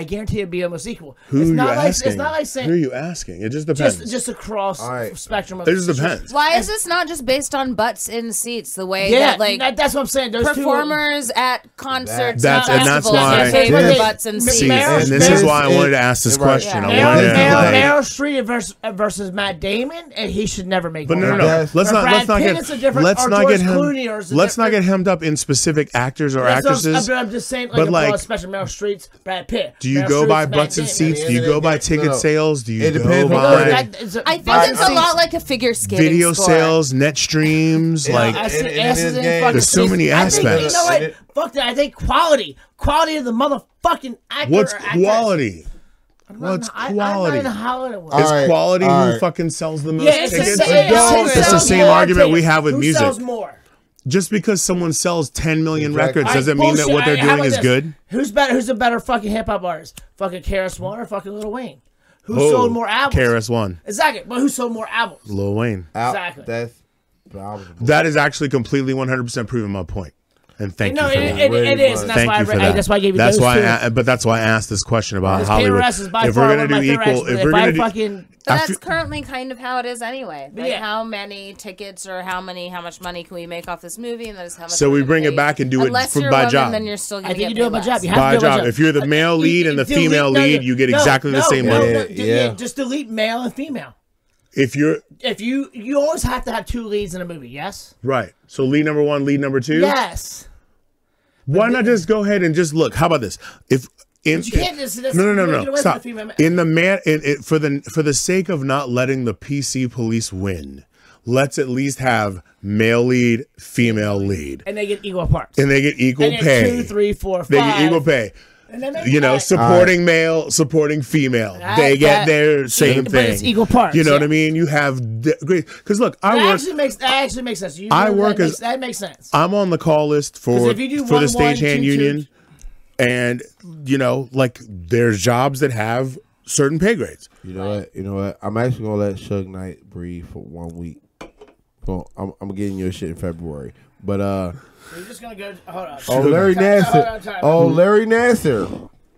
I guarantee it'd be almost equal.
Who
it's
are
not
you
like
asking?
it's not like
Who are
saying
you asking? It just depends.
just just across
right.
spectrum. Of
it just
the situation.
depends.
Why is this not just based on butts in seats? The way
Yeah,
that like
that- that's what I'm saying. Those two-
performers at concerts,
That's-
and
and that's
festivals,
why-
are paid
But
for
they-
butts in
Mar-
seats.
See,
Meryl-
and this is
Meryl-
why I wanted to ask this
Right.
question. I
Yeah.
Meryl,
wanted to
Meryl,
like-
Meryl Streep versus, versus Matt Damon, and he should never make.
But
more
no, no,
money.
no.
Yes.
Let's
Or
not let's
Brad
not
Pitt
get
is a different-
let's
or
not
George
get hemmed,
Clooney or is a
let's not get
different-
hemmed up in specific actors or
That's what I'm-
actresses.
I'm, I'm just saying, like,
but,
a
like,
broad spectrum. Meryl Streep's Brad Pitt.
Do you
Meryl
go
Streep's
by
Matt
butts and
Damon.
seats? Do you
Yeah,
go
they
by
get-
ticket
no.
sales? Do you
It
go
depends on
It goes
Right.
by
back- it's a-
I think
butts and
it's a
seats.
lot like a figure skating
video
score.
sales, net streams?
I
Like
see
And- and
asses
in this
in
game-
fucking
There's so
seats.
many
I think, you
aspects.
know
And
what?
it-
Fuck that. I think quality, quality of the motherfucking actor.
what's
or actress.
quality? What's
I,
quality?
I'm not in Hollywood.
Is
All right,
quality
all
who
right.
fucking sells the most
yeah, it's, the
tickets?
same-
No,
who
it's the
sells
same
more
argument we
tickets.
have with
Who
music.
sells more?
Just because someone sells 10 million
Exactly.
records doesn't
All right,
mean that
bullshit.
what they're
All right, how
doing
about
is
this?
good.
Who's better? Who's a better fucking hip hop artist? Fucking Karis One or fucking Lil Wayne? Who
Oh,
sold more albums?
KRS One,
Exactly, but who sold more albums?
Lil Wayne.
out-
Exactly.
That's probably
That is actually completely 100% proving my point. And thank
No,
you for
it, it, it is.
that.
Thank
And that's
thank
why I,
you for
re- I,
that.
that's why I gave you
That's
those
why
two.
I- but that's why I asked this question about
Because
Hollywood.
KRS is by
if
far
we're
one
going
of
to
my
do
favorite
equal,
actors,
if
but
we're
I
going to do,
fucking
But
I
that's
feel-
currently kind of how it is anyway. Like
Yeah.
how many tickets or how many how much money can we make off this movie, and that is how much.
So
we're
we
gonna
bring it
pay.
back and do it
Unless
for-
you're a
by
woman,
job.
Then you're still gonna
I think
get
you do it
paid
by
less.
job. You have
by
to do it by
job. If you're the male
You-
lead
you
and the
delete-
female
no,
lead,
no,
you get
no,
exactly the
no,
same
no,
money.
no,
Yeah,
d-
yeah.
Just delete male and female.
If you're
If you you always have to have two leads in a movie, yes,
right, so lead number one, lead number two.
yes.
Why not just go ahead and just look? How about this? If in,
you can't just- that's-
no, no,
you
no,
get
no,
away
stop.
from the female-
In the man, in, it, for the for the sake of not letting the PC police win, let's at least have male lead, female lead,
And they get equal parts.
and they get equal
And then
pay.
two, three, four,
they
five.
get equal pay.
And then they
You know,
cut.
supporting male, supporting female.
That-
they
that-
get their same
but
thing.
it's equal parts,
You know what
yeah.
I mean? You have d- great because look, I
that
work.
actually makes that actually makes sense. You
I
know,
work
that
as-
makes, that makes sense.
I'm on the call list
'Cause
for
if you do
for
one,
the
one,
stagehand
two, two-
union, and you know, like there's jobs that have certain pay grades.
You know what? You know what? I'm actually gonna let Suge Knight breathe for one week. Well, I'm, I'm getting your shit in February, but uh,
You're just gonna go. Hold on.
oh Larry
Time out, hold on,
Nasser,
time out.
oh Larry Nasser.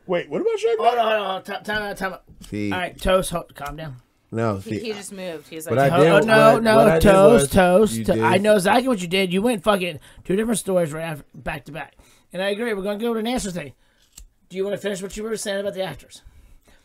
Wait, what about
Hold
Shaq?
on, hold on, hold on. Time, time out, time out.
See,
All right, toast. Hold, calm down.
no,
He, he
see,
just moved. He's
But
like,
I
Oh,
did-
oh, no,
what-
no,
what I did was-
toast,
You
toast.
did.
I know exactly what you did. You went fucking two different stories right after, back to back, and I agree. We're gonna go to an answer thing. Do you want to finish what you were saying about the actors?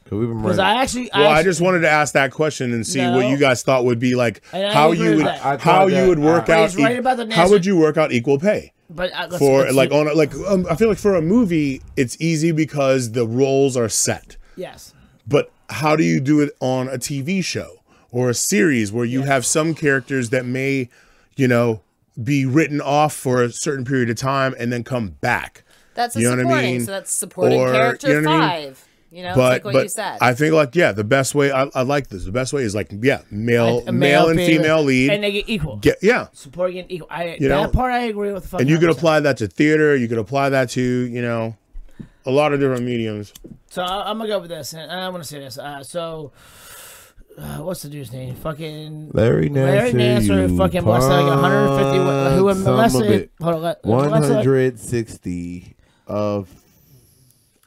Cause we've been
Because
running.
I actually,
Well, I
actually-
just wanted to ask that question and see what
No.
you guys thought would be like
And I
how
agree
you
with
would
that.
I
how
thought
you
that-
would work
I-
But
out
he's right about the
how would
Nasser-
you work out equal pay
but uh, let's,
for
let's
like
see.
on a, like um, I feel like for a movie it's easy because the roles are set.
yes.
But how do you do it on a TV show or a series where you have some characters that may, you know, be written off for a certain period of time and then come back?
that's a
you know what I
supporting.
mean?
So that's supporting
Or,
character
you know what I mean?
five. You know,
But
it's like what
but
you said.
I think like yeah, the best way I, I like this. The best way is like yeah, male
A
male and female lead.
and they get equal.
Get- yeah,
supporting and equal. I,
You know?
that part I agree with.
and you could apply that to theater. You could apply that to you know, a lot of different mediums.
So I, I'm gonna go with this, and I want to say this. Uh, so, uh, what's the dude's name? Fucking
Larry Nasser,
Larry Nasser
you
fucking molested like 150 wo- who
punk son of a
molested.
bitch.
Hold on, let- molested like-
160 of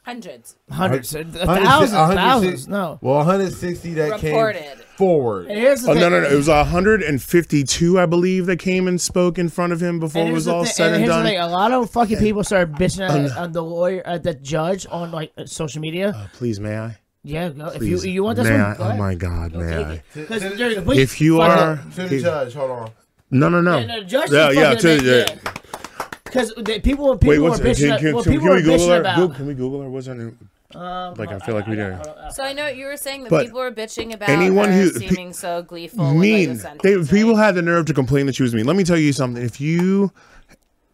Hundreds.
Hundreds, uh,
Hundred-
thousands,
hundred-
thousands. No.
Well, 160 that came
Reported.
forward.
And here's the
Oh
thing.
no, no, no! It was 152, I believe, that came and spoke in front of him before
And
it
here's
was
the
all
thing-
said and
here's the
done.
thing, uh, A lot of fucking people started bitching at, at the lawyer, at the judge on like uh, social media.
Please, may I?
yeah, go, if you
Please,
you want this
may
one,
I?
go
Oh
ahead.
my God, may I?
Because there's- we-
If you
fuck it.
are
To the judge, hold on.
no, no, no,
Yeah, no, judge
yeah,
is
yeah,
fucking
to-
amazing.
yeah.
Because the people, people
Wait,
were
what's
bitching.
can,
at-
can,
well,
can,
people
can we
were
Google
bitching
her? Google,
about. Um,
can we Google her? What's her name? Like I feel like we didn't.
So I know you were saying that
Uh, But
people were bitching about
anyone
anyone
who-
who
pe-
seeming so gleeful.
mean.
With, like, the
They,
sentence,
people
right?
had the nerve to complain that she was mean. Let me tell you something. If you,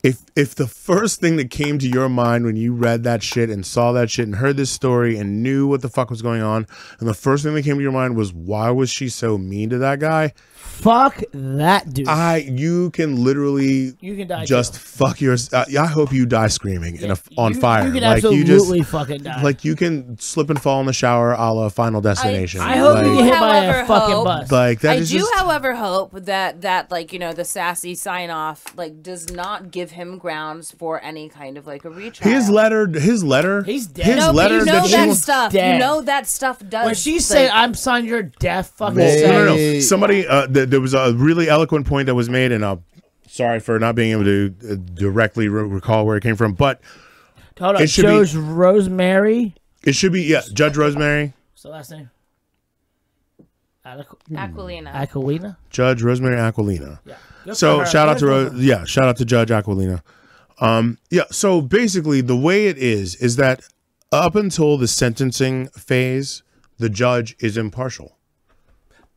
if if the first thing that came to your mind when you read that shit and saw that shit and heard this story and knew what the fuck was going on, and the first thing that came to your mind was why was she so mean to that guy?
Fuck that dude.
I you can literally
you can die.
just
too.
fuck your. Uh, I hope you die screaming and on
You-
fire.
You can
like
absolutely
you just
fucking die.
like you can slip and fall in the shower, a la Final Destination.
I hope
like,
you get hit by
However,
a fucking
hope-
bus.
Like that
I
is
do,
just.
however, hope that that like you know the sassy sign off like does not give him grounds for any kind of like a retrial.
His letter, his letter,
He's dead.
His
No,
no, but
letter
you know
that,
that,
she was.
stuff.
Dead.
You know that stuff does.
when she said,
like,
"I'm signed your death," fucking
Well,
say-
No, no, no.
Hey.
Somebody, uh, th- there was a really eloquent point that was made, and uh, sorry for not being able to uh, directly re- recall where it came from, but
Hold on,
it should be-
Joe's Rosemary.
it should be yeah, Judge Rosemary,
What's the last name? Alic-
Aquilina.
Aquilina.
Judge Rosemary Aquilina.
Good for
So
her.
shout out
Good
to
for
Ro-
her.
yeah, shout out to Judge Aquilina. Um, yeah. So basically, the way it is is that up until the sentencing phase, the judge is impartial.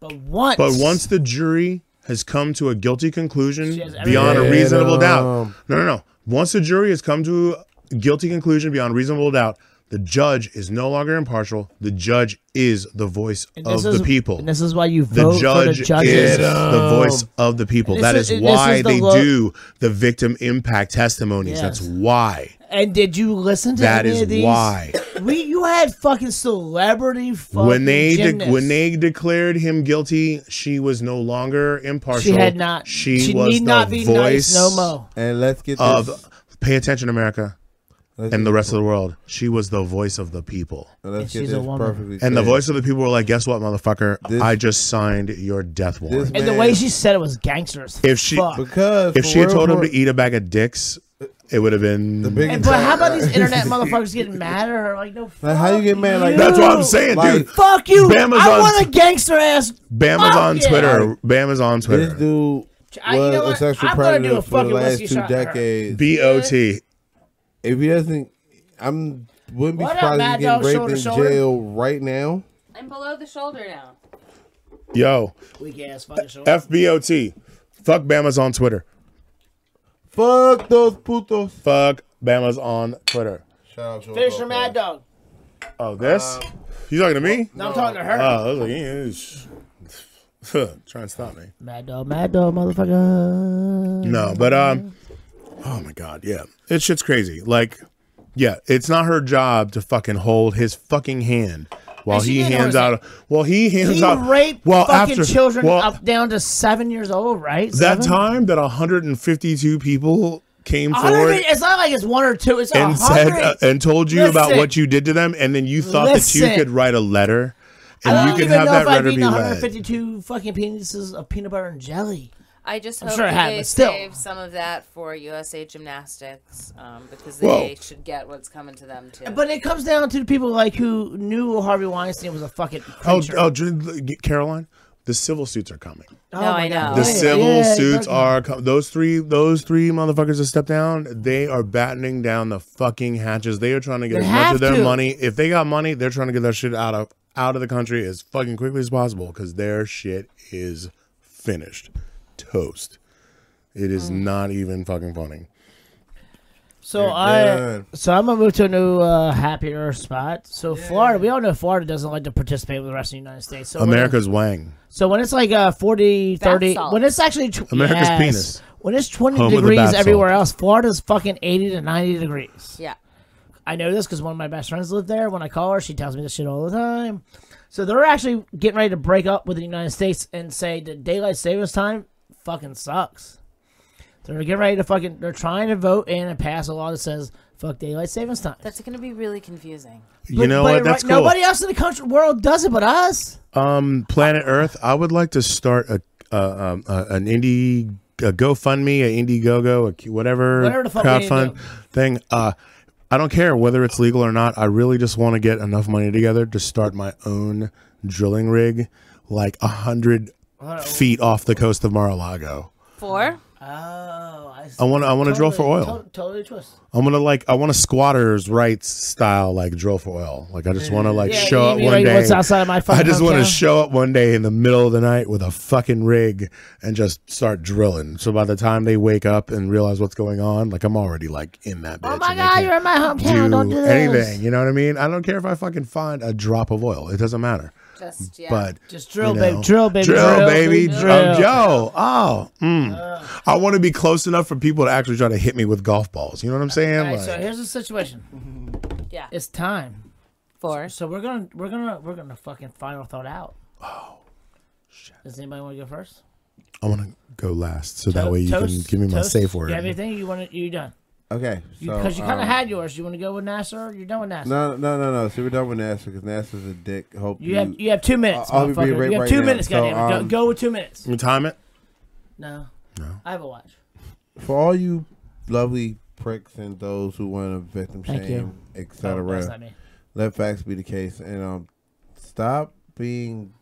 But once,
But once the jury has come to a guilty conclusion
has every
beyond a
right.
reasonable doubt,
Damn.
no, no, no. Once the jury has come to a guilty conclusion beyond reasonable doubt, the judge is no longer impartial. The judge is the voice of
this
the
is-
people.
and this is why you
The
vote
judge
for the judges.
is the voice of the people.
This
That
is- this
is, why
is the
they
lo-
do the victim impact testimonies.
Yes.
That's why.
And did you listen to
That
any
is
of these?
why.
We you had fucking celebrity fucking
when they de-
gymnasts.
when they declared him guilty, she was no longer impartial.
she had not
She,
she
was
need
the
not be nice
voice
no mo.
And let's get this.
of pay attention, America,
let's
and
get-
the rest of the world. She was the voice of the people,
Let's
And
get
she's a
this
woman.
perfectly.
and the
clear.
voice of the people were like, "Guess what, motherfucker?
This-
I just signed your death warrant."
man-
And the way she said it was gangsters.
If she-
fuck.
Because
if
for
she had
real,
told him
for-
to eat a bag of dicks, it would have been.
the biggest
And, but how about these internet motherfuckers getting mad at her? Like no. Fuck
Like, how you get mad like
you.
that?
That's what I'm saying,
Like-
dude.
Fuck you!
Bama's
I
on-
want a gangster ass.
Bama's
Fuck
on
yeah.
Twitter. Bama's on
This
Twitter.
dude
I- you
was
know
a
what?
sexual
I'm gonna do
predator
a
for the
fucking
last
whiskey
two
shot for her.
decades.
B O T.
if he doesn't, I'm wouldn't be
What up,
surprised
Mad
if he's
Dog
getting
Shoulder
raped in
Shoulder?
jail right now.
I'm below the shoulder now.
Yo,
Weak ass fucking short.
F B O T. Fuck Bama's on Twitter.
Fuck those putos.
Fuck Bama's on Twitter.
Shout out
Finish your mad dog.
Oh, this?
Uh,
you talking to me?
No, I'm talking to her.
Oh, I was like, yeah, it's- trying to stop me.
Mm-hmm.
mad dog, mad dog, motherfucker.
No, but um, oh my god, yeah, it shit's crazy. Like, yeah, it's not her job to fucking hold his fucking hand while
And she
he
didn't
hands
hold
out. While he hands
He
out.
raped
well,
fucking
after,
children
well,
up down to seven years old, right?
That
Seven?
time that 152 people came
A hundred-
forward
It's not like it's one or two. It's a
and said
hundred.
uh, and told you about
Listen.
what you did to them, and then you thought that
Listen.
you could write a letter and
I don't
you could
even
have
know
that
if I've
letter be
eaten
read.
152 fucking pieces of peanut butter and jelly.
I just
I'm
hope
sure it
that
had,
they
but still.
save some of that for USA Gymnastics um, because they
Well-
should get what's coming to them too.
But it comes down to the people like who knew Harvey Weinstein was a fucking
Oh,
creature.
oh, Caroline, the civil suits are coming.
Oh
No,
my
I know.
God.
The
Yeah,
civil
yeah,
suits
fucking-
are co- those three. Those three motherfuckers that step down. They are battening down the fucking hatches. They are trying to get
They
as much
have
of their
to.
money. If they got money, they're trying to get their shit out of out of the country as fucking quickly as possible because their shit is finished, toast. It is
Mm.
not even fucking funny.
So I
done.
so I'm gonna move to a new uh, happier spot. So Florida, we all know Florida doesn't like to participate with the rest of the United States. So when-
America's wang.
so when it's like uh, 40, 30,
salt.
when it's actually tw-
America's
yes.
penis.
When it's 20
Home of the bath
degrees
salt.
everywhere else, Florida's fucking 80 to 90 degrees.
yeah.
I know this because one of my best friends lived there. When I call her, she tells me this shit all the time. So they're actually getting ready to break up with the United States and say that daylight savings time fucking sucks. They're getting ready to fucking. They're trying to vote in and pass a law that says Fuck daylight savings time.
That's going to be really confusing.
You know what? That's cool.
Nobody else in the country world does it but us.
um, Planet Earth. I would like to start a, uh, um, a an indie a GoFundMe, a Indiegogo, a Q- whatever,
Whatever the fuck we need to
crowdfund
do.
thing. Uh, I don't care whether it's legal or not. I really just want to get enough money together to start my own drilling rig, like a hundred feet off the coast of Mar-a-Lago.
Four?
Oh, I,
I want. I want to drill for oil.
totally twist.
I'm gonna like I want a squatters' rights style like drill for oil. Like I just want to like
Yeah,
show
you
up
mean
one
like
day.
what's outside of my fucking
I just want to
hometown?
show up one day in the middle of the night with a fucking rig and just start drilling. So by the time they wake up and realize what's going on, like I'm already like in that. Bitch
Oh my
and they
god,
can't
you're in my hometown. don't do this.
anything. You know what I mean? I don't care if I fucking find a drop of oil. It doesn't matter.
Just, yeah.
But
Just drill,
you
baby,
know,
drill, baby,
drill,
drill, baby,
baby, drill.
drill.
yo, oh, mm. I want to be close enough for people to actually try to hit me with golf balls. You know what I'm saying?
All right,
Like-
so here's the situation.
yeah.
It's time.
Four.
So we're gonna we're gonna we're gonna fucking final thought out. Oh shit. Does anybody want to go first?
I want to go last, so that
To-
way you can
toast-
give me my
toast?
safe word.
You have anything you want? to You done?
Okay,
Because
so,
you, kind of
um,
had yours. You want to go with Nasser? You're done with Nasser.
No, no, no, no. So we're done with NASA because NASA's a dick. Hope
you have you have two minutes.
I'll be
motherfucker.
right-
you have
right
two
now.
minutes,
So,
goddamn.
um,
go, go with two minutes.
Can we time it?
No. No. I have a watch.
for all you lovely pricks and those who want to victim
Thank you.
shame,
Oh, that's not
etc.
me.
Let facts be the case, and um, stop being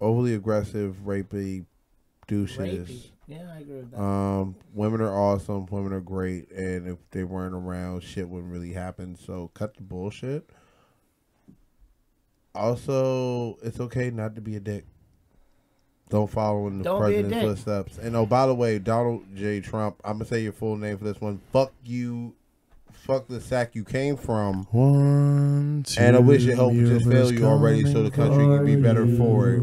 overly aggressive, rapey, douches.
Rapey. Yeah, I agree with that.
Um, women are awesome. Women are great, and if they weren't around, shit wouldn't really happen. So cut the bullshit. Also, it's okay not to be a dick. Don't follow in the
Don't be a
president's
dick.
footsteps. And oh, by the way, Donald J. Trump. I'm gonna say your full name for this one. Fuck you. Fuck the sack you came from.
One, two,
And I wish it helped just
universe
fail you already, so the
coming
country can be better for it.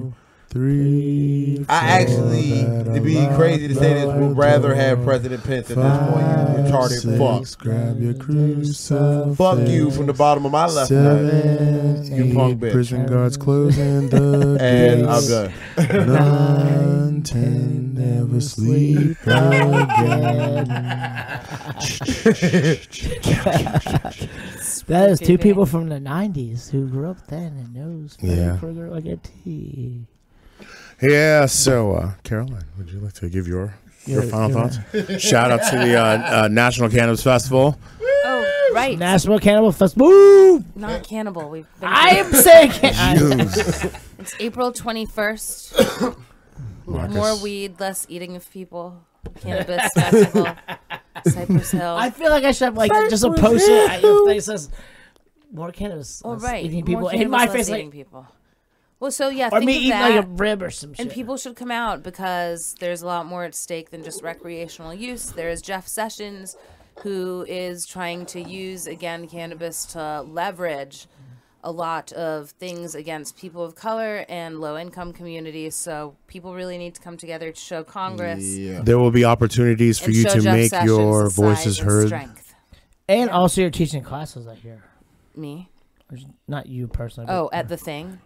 Three.
I actually, to be crazy to say this, would rather have President Pence at this point. You retarded fuck.
six, Grab your crucifix.
Fuck you from the bottom of my left hand.
Seven,
You punk
eight,
bitch.
prison guards closing the
And I'm
gates.
done.
Nine, ten, never sleep again.
That is two
Creepy.
people from the '90s who grew up then and knows Freddy
Yeah.
Krueger like a T.
Yeah, so uh, Caroline, would you like to give your your final thoughts? Shout out to the uh, uh, National Cannabis Festival.
Oh, right.
National Cannibal Festival. Woo!
Not cannibal. We've been
I am saying can-
It's April 21st.
Marcus.
More weed, less eating of people. Cannabis festival. Cypress Hill.
I feel like I should have like just a post it that says more cannabis,
All
less
Oh, right.
eating
More
people in
cannabis,
my
less
face,
eating
like,
people. Well, so yeah,
or
think
me
of
eating
that.
like a rib or some shit.
And people should come out because there's a lot more at stake than just recreational use. There is Jeff Sessions, who is trying to use again cannabis to leverage a lot of things against people of color and low income communities. So people really need to come together to show Congress
Yeah.
There will be opportunities for
and
you
show
to
Jeff
make
Sessions
your
the size
voices
and
heard.
Strength.
and also you're teaching classes. I hear,
Me.
Or s- not you personally. but-
Oh, at the thing.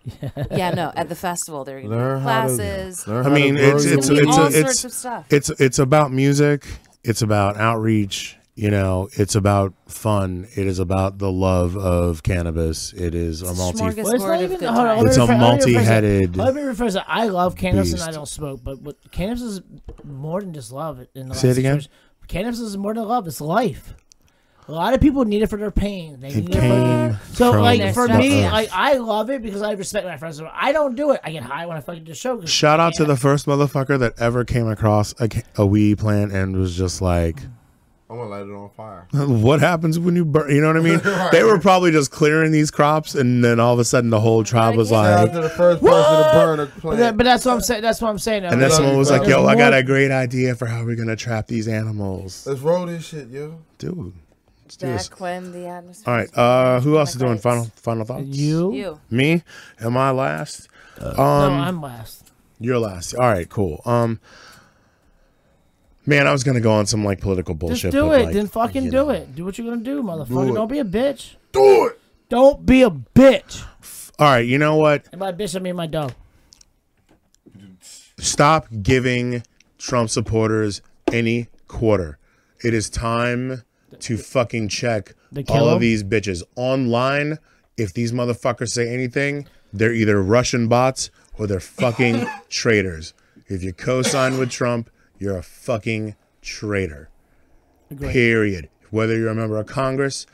yeah, no, at the festival there are gonna
Learn
be
how to.
classes.
learn
I
how to
mean,
grow
it's
your
it's
gonna
weed.
be
it's
all
it's
sorts of stuff.
it's it's about music. It's about outreach. You know, it's about fun. It is about the love of cannabis. It is a multi.
smorgasbord.
Well, it's not
Sort of
even.
good
Hold on, let me
It's a
rephrase- let me rephrase that.
multi-headed
Let me rephrase that. I love cannabis and I
beast.
don't smoke, but what, cannabis is more than just love. In the
Say
last
it again?
situation. Cannabis is more than love. It's life. A lot of people need it for their pain. They
It
need it
came
for so
from
like for
the
me,
earth.
I, I love it because I respect my friends. I don't do it. I get high when I fucking do the show. 'cause-
Shout out to the first motherfucker that ever came across a, ca- a weed plant and was just like,
I'm gonna light it on fire.
"What happens when you burn?" You know what I mean? They were probably just clearing these crops, and then all of a sudden, the whole tribe was
Shout out
like,
to the first person to burn a
But, that-
plant.
but that's what I'm saying. That's what I'm saying.
and then
that's-
someone was like,
There's
"Yo, I got
more-
a great idea for how we're gonna trap these animals,
Let's roll this shit, yo.
dude." Let's do this.
Back when the atmosphere.
All right.
was-
Uh, who else is doing
Democrats.
final final thoughts?
you.
You.
me? Am I last?
No,
um,
I'm last.
you're last. All right, cool. Um, man, I was gonna go on some like political
Just
bullshit.
do
but,
it.
like,
then fucking
you
do
know.
it. Do what you're gonna do, motherfucker.
it.
don't be a bitch.
Do it.
Don't be a bitch.
All right, you know what?
And by bitch, I mean my dog.
stop giving Trump supporters any quarter. It is time to fucking check
They kill
all of
him?
these bitches online. If these motherfuckers say anything, they're either Russian bots or they're fucking traitors. If you co-sign with Trump, you're a fucking traitor. Period. Whether you're a member of Congress,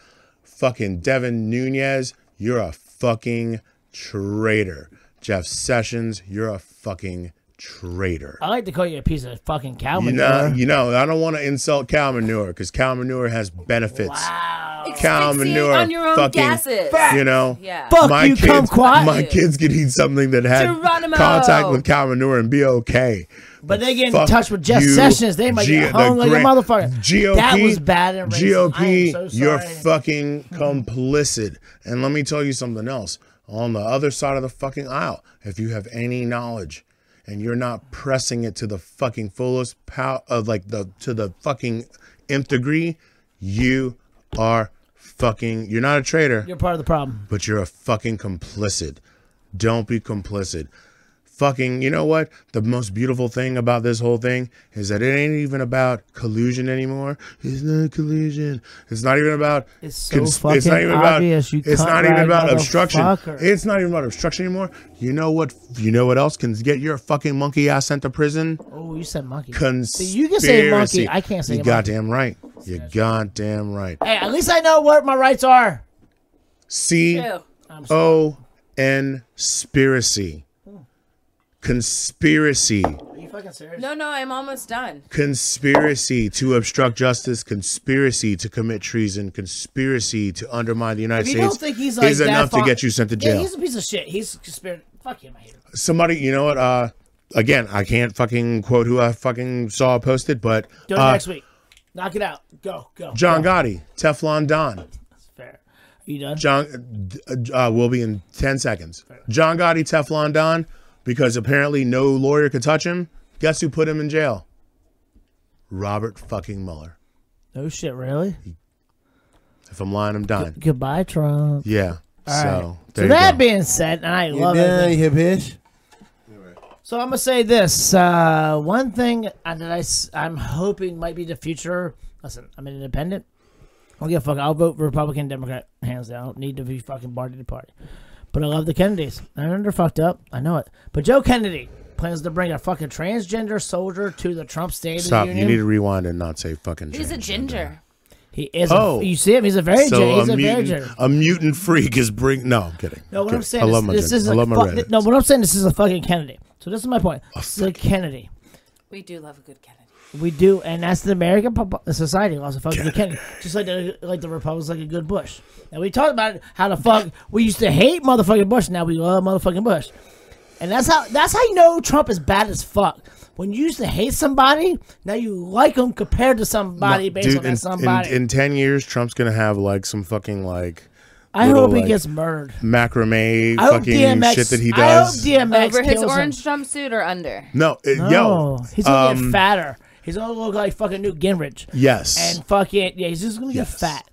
fucking Devin Nunez, you're a fucking traitor. Jeff Sessions, you're a fucking traitor.
I like to call you a piece of fucking cow
You
manure.
know, you know, I don't want to insult cow manure because cow manure has benefits. Cow
Asphyxiate
manure,
on your own
fucking,
gases.
you know.
Yeah.
Fuck
My
you,
kids,
come quiet.
my kids could eat something that had
Geronimo.
contact with cow manure and be okay.
But they get in
Fuck
touch with Jeff
you,
Sessions. They might
G-
get hung
the
like a
grand-
motherfucker.
GOP,
That was bad and racist. I
GOP,
am so
you're
sorry.
fucking complicit. And let me tell you something else. On the other side of the fucking aisle, if you have any knowledge and you're not pressing it to the fucking fullest power of like the to the fucking nth degree, you are fucking you're not a traitor
You're part of the problem.
but you're a fucking complicit. Don't be complicit. Fucking, you know what? The most beautiful thing about this whole thing is that it ain't even about collusion anymore. It's not collusion. It's not even about.
It's so fucking obvious, you
it's not even
cunt-rag
about obstruction.
motherfucker.
It's not even about obstruction anymore. You know what? You know what else can get your fucking monkey ass sent to prison?
Oh, you said monkey.
Conspiracy.
See, you can say monkey. I can't say
You
monkey.
goddamn right. You goddamn right.
Hey, at least I know what my rights are.
See.
Ew.
O N spiracy. Conspiracy.
Are you fucking serious?
No, no, I'm almost done.
Conspiracy to obstruct justice, conspiracy to commit treason, conspiracy to undermine the United
If you
States
don't think he's like
is
that
enough
far-
to get you sent to
Yeah,
jail.
he's a piece of shit. He's conspiracy. Fuck him, I hate him.
Somebody, you know what? Uh, again, I can't fucking quote who I fucking saw posted, but
Do it
uh,
next week. Knock it out. Go, go.
John Gotti, Teflon Don.
Fair. Are you done?
John uh, will be in 10 seconds. John Gotti, Teflon Don, because apparently no lawyer could touch him. Guess who put him in jail? Robert fucking Mueller.
No shit, really?
If I'm lying, I'm dying.
Goodbye, Trump.
Yeah.
All
So,
right. So
there you
that
go.
being said, and I love
yeah,
it.
you bitch.
So I'm gonna say this. Uh, one thing uh, that I am hoping might be the future. Listen, I'm an independent. I don't give a fuck. I'll vote Republican, Democrat, hands down. I don't need to be fucking party to party. But I love the Kennedys. I know they're fucked up. I know it. But Joe Kennedy plans to bring a fucking transgender soldier to the Trump State
Stop.
of
You
the Union.
need to rewind and not say fucking
He's a
transgender.
ginger.
he is.
Oh.
A, you see him? He's a very. gen-
So
he's
a
a, very.
mutant,
gen-
a mutant freak is bring. No, I'm kidding.
No, what
Okay.
I'm saying
I love
is
my
this
gen-
is
I
a
love my
fuck,
Reddit.
no. What I'm saying this is a fucking Kennedy. So this is my point. This is a Kennedy.
We do love a good Kennedy.
We do, and that's the American pop- society loves a fucking Kennedy, just like the like the Republicans like a good Bush. And we talked about how the fuck we used to hate motherfucking Bush, now we love motherfucking Bush, and that's how that's how you know Trump is bad as fuck. When you used to hate somebody, now you like them compared to somebody
No,
based
dude,
on
in-
that somebody.
In, in 10 years, Trump's going to have like some fucking like
I
little,
hope he
like,
gets murdered.
macrame
I hope
fucking
DMX.
shit that he
I hope
does.
DMX
Over his
kills him.
orange jumpsuit or under?
No, it,
No,
yo,
he's gonna
um,
get fatter. He's gonna look like fucking Newt Gingrich.
Yes,
And fucking yeah, he's just gonna
Yes.
get fat.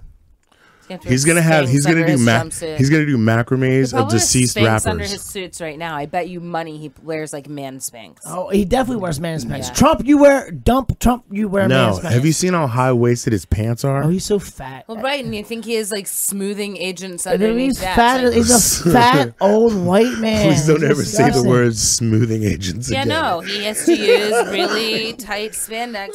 he's gonna have he's gonna do ma- he's gonna do macrames of deceased
under his
rappers.
suits right now. I bet you money he wears like man spanks.
Oh, he definitely wears man's pants. Trump, you wear dump. Trump, you wear
No,
man's pants.
have you seen how high waisted his pants are?
Oh, he's so fat.
Well, right, and you think he is like smoothing agents
And then
underneath
he's
that?
fat.
It's like-
he's a fat old white man.
Please don't
It's
ever say the
disgusting.
words smoothing agents
yeah,
again.
no, he has to use really tight spandex